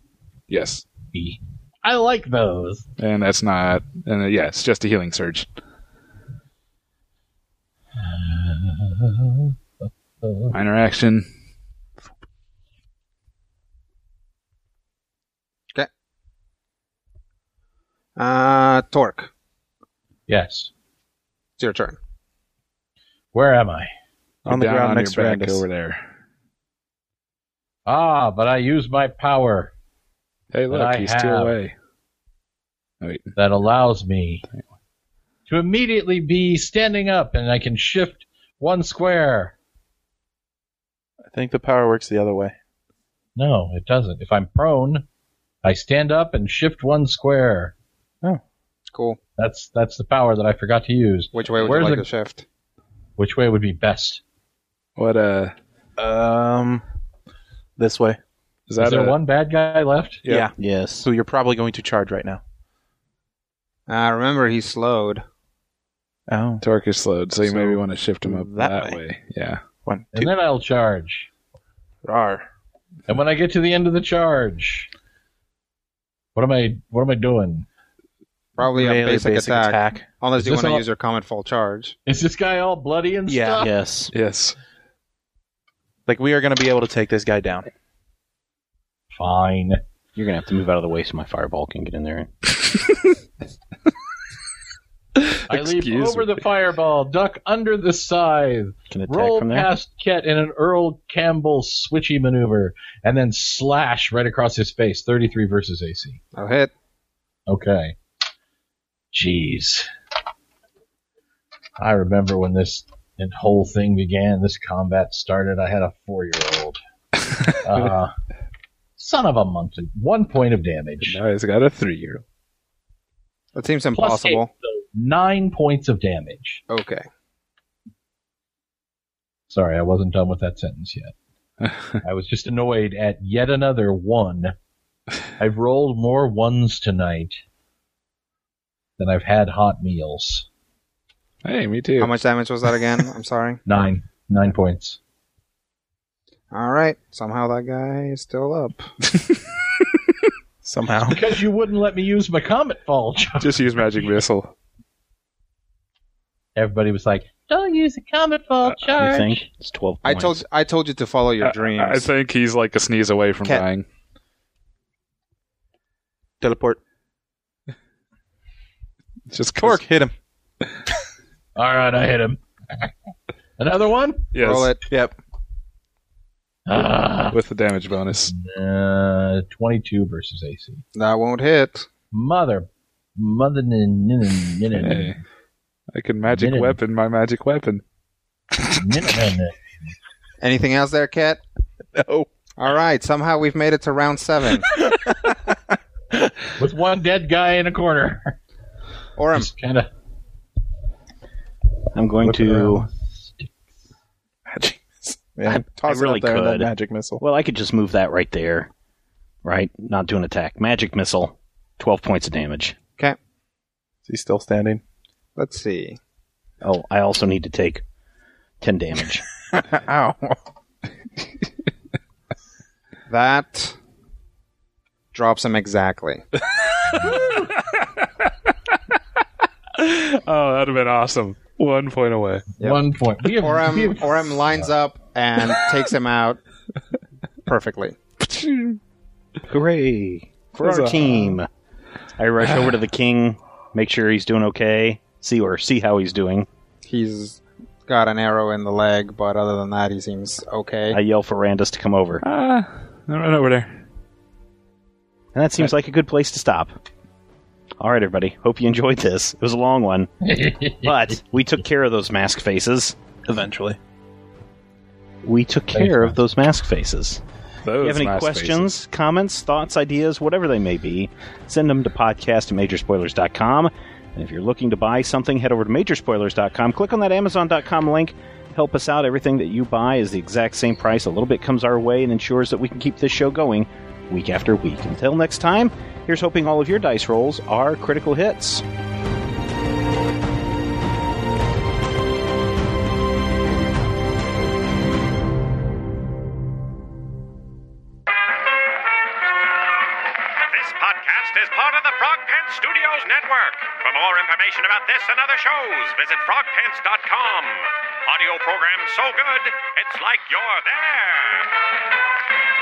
Speaker 6: Yes.
Speaker 3: I like those.
Speaker 6: And that's not. And uh, yeah, it's just a healing surge. Minor action.
Speaker 2: Uh, Torque,
Speaker 3: Yes.
Speaker 2: it's your turn.
Speaker 3: Where am I?
Speaker 4: On the
Speaker 6: Down
Speaker 4: ground
Speaker 6: on
Speaker 4: next
Speaker 6: your
Speaker 4: to
Speaker 6: back
Speaker 4: Randus.
Speaker 6: over there.
Speaker 3: Ah, but I use my power
Speaker 6: Hey,
Speaker 3: That
Speaker 6: look,
Speaker 3: I
Speaker 6: he's two
Speaker 3: have.
Speaker 6: away. Wait.
Speaker 3: that allows me to immediately be standing up and I can shift one square.
Speaker 4: I think the power works the other way.
Speaker 3: No, it doesn't. If I'm prone, I stand up and shift one square.
Speaker 4: Oh.
Speaker 2: Cool.
Speaker 3: That's that's the power that I forgot to use.
Speaker 2: Which way would
Speaker 3: Where's
Speaker 2: you like
Speaker 3: the-
Speaker 2: to shift?
Speaker 3: Which way would be best?
Speaker 6: What, uh.
Speaker 4: Um, this way.
Speaker 3: Is
Speaker 6: Is that
Speaker 3: there
Speaker 6: a,
Speaker 3: one bad guy left?
Speaker 6: Yeah.
Speaker 1: Yes.
Speaker 4: So you're probably going to charge right now.
Speaker 2: Uh, remember, he's slowed.
Speaker 4: Oh,
Speaker 6: Torque is slowed, so you
Speaker 4: So
Speaker 6: maybe want to shift him up that,
Speaker 4: that
Speaker 6: way.
Speaker 4: way.
Speaker 6: Yeah.
Speaker 4: one,
Speaker 3: And
Speaker 4: two.
Speaker 3: then I'll charge.
Speaker 4: Rar.
Speaker 3: And when I get to the end of the charge, what am I what am I doing?
Speaker 2: Probably a
Speaker 4: Melee
Speaker 2: basic, attack, Unless
Speaker 3: Is
Speaker 2: you
Speaker 3: this
Speaker 2: want to
Speaker 3: all-
Speaker 2: use your comet full charge.
Speaker 3: Is this guy all bloody and
Speaker 4: Yeah.
Speaker 3: stuff?
Speaker 1: Yes.
Speaker 6: Yes.
Speaker 4: Like we are going to be able to take this guy down.
Speaker 3: Fine.
Speaker 1: You're going to have to move out of the way so my fireball can get in there.
Speaker 3: I leap
Speaker 6: Excuse
Speaker 3: over
Speaker 6: me.
Speaker 3: the fireball, duck under the scythe,
Speaker 1: Can attack
Speaker 3: roll
Speaker 1: from there.
Speaker 3: past Ket in an Earl Campbell switchy maneuver, and then slash right across his face. Thirty-three versus AC.
Speaker 2: I'll Oh, hit.
Speaker 3: Okay. Jeez. I remember when this and whole thing began, this combat started. I had a four year old. Uh, son of a monkey. One point of damage.
Speaker 6: Now he's got a three year
Speaker 2: That seems
Speaker 3: Plus
Speaker 2: impossible.
Speaker 3: eight, so nine points of damage.
Speaker 2: Okay.
Speaker 3: Sorry, I wasn't done with that sentence yet. I was just annoyed at yet another one. I've rolled more ones tonight than I've had hot meals.
Speaker 6: Hey, me too.
Speaker 2: How much damage was that again? I'm sorry.
Speaker 3: Nine. Nine points.
Speaker 2: All right. Somehow that guy is still up.
Speaker 4: Somehow.
Speaker 3: Because you wouldn't let me use my comet bulge.
Speaker 6: Just use magic missile.
Speaker 3: Everybody was like, "Don't use a comet
Speaker 1: Uh,
Speaker 3: fall
Speaker 1: You
Speaker 3: charge."
Speaker 1: think? It's 12
Speaker 2: I
Speaker 1: points.
Speaker 2: told I told you to follow your
Speaker 6: I-
Speaker 2: dreams.
Speaker 6: I, think he's like a sneeze away from
Speaker 2: Cat.
Speaker 6: dying.
Speaker 4: Teleport.
Speaker 6: Just 'cause-
Speaker 4: Torque, hit him.
Speaker 3: All right, I hit him. Another one.
Speaker 6: Yes.
Speaker 2: Roll it.
Speaker 4: Yep.
Speaker 3: Ah.
Speaker 6: With the damage bonus.
Speaker 3: Uh, Twenty-two versus AC.
Speaker 2: That won't hit.
Speaker 3: Mother, mother, nin, nin, nin, nin,
Speaker 6: Hey. I can magic
Speaker 3: Minute.
Speaker 6: weapon my magic weapon.
Speaker 3: nin, nin, nin.
Speaker 2: Anything else there, Cat?
Speaker 4: No.
Speaker 2: All right. Somehow we've made it to round seven.
Speaker 3: with one dead guy in a corner.
Speaker 2: Orem,
Speaker 3: kind of.
Speaker 4: I'm going
Speaker 7: Look
Speaker 4: to.
Speaker 7: around. Magic missile. Yeah,
Speaker 2: toss
Speaker 4: I really
Speaker 2: it out there.
Speaker 4: could.
Speaker 2: that-
Speaker 4: Good.
Speaker 7: magic missile.
Speaker 1: Well, I could just move that right there. Right? Not do an attack. Magic missile. 12 points of damage.
Speaker 7: Is he still standing?
Speaker 2: Let's see.
Speaker 1: Oh, I also need to take 10 damage.
Speaker 7: Ow.
Speaker 2: That drops him exactly.
Speaker 7: Oh, that'd have been awesome. One point away.
Speaker 2: Yep.
Speaker 3: One point. We have, we
Speaker 2: Orem
Speaker 3: have-
Speaker 2: Orem lines up and takes him out perfectly.
Speaker 1: Hooray! For
Speaker 7: Huzzah.
Speaker 1: our team. I rush over to the king, make sure he's doing okay, see or see how he's doing.
Speaker 2: He's got an arrow in the leg, but other than that, he seems okay.
Speaker 1: I yell for Randus to come over.
Speaker 7: Ah, right over there.
Speaker 1: And that seems like a good place to stop. All right, everybody. Hope you enjoyed this. It was a long one, but we took care of those mask faces.
Speaker 4: Eventually.
Speaker 1: We took care of those mask faces.
Speaker 7: Those
Speaker 1: If you have any
Speaker 7: nice
Speaker 1: questions, comments, thoughts, ideas, whatever they may be, send them to podcast at majorspoilers.com. And if you're looking to buy something, head over to majorspoilers.com. Click on that amazon.com link. Help us out. Everything that you buy is the exact same price. A little bit comes our way and ensures that we can keep this show going week after week. Until next time, here's hoping all of your dice rolls are critical hits.
Speaker 8: This podcast is part of the Frog Pants Studios Network. For more information about this and other shows, visit frogpants.com. Audio program so good, it's like you're there.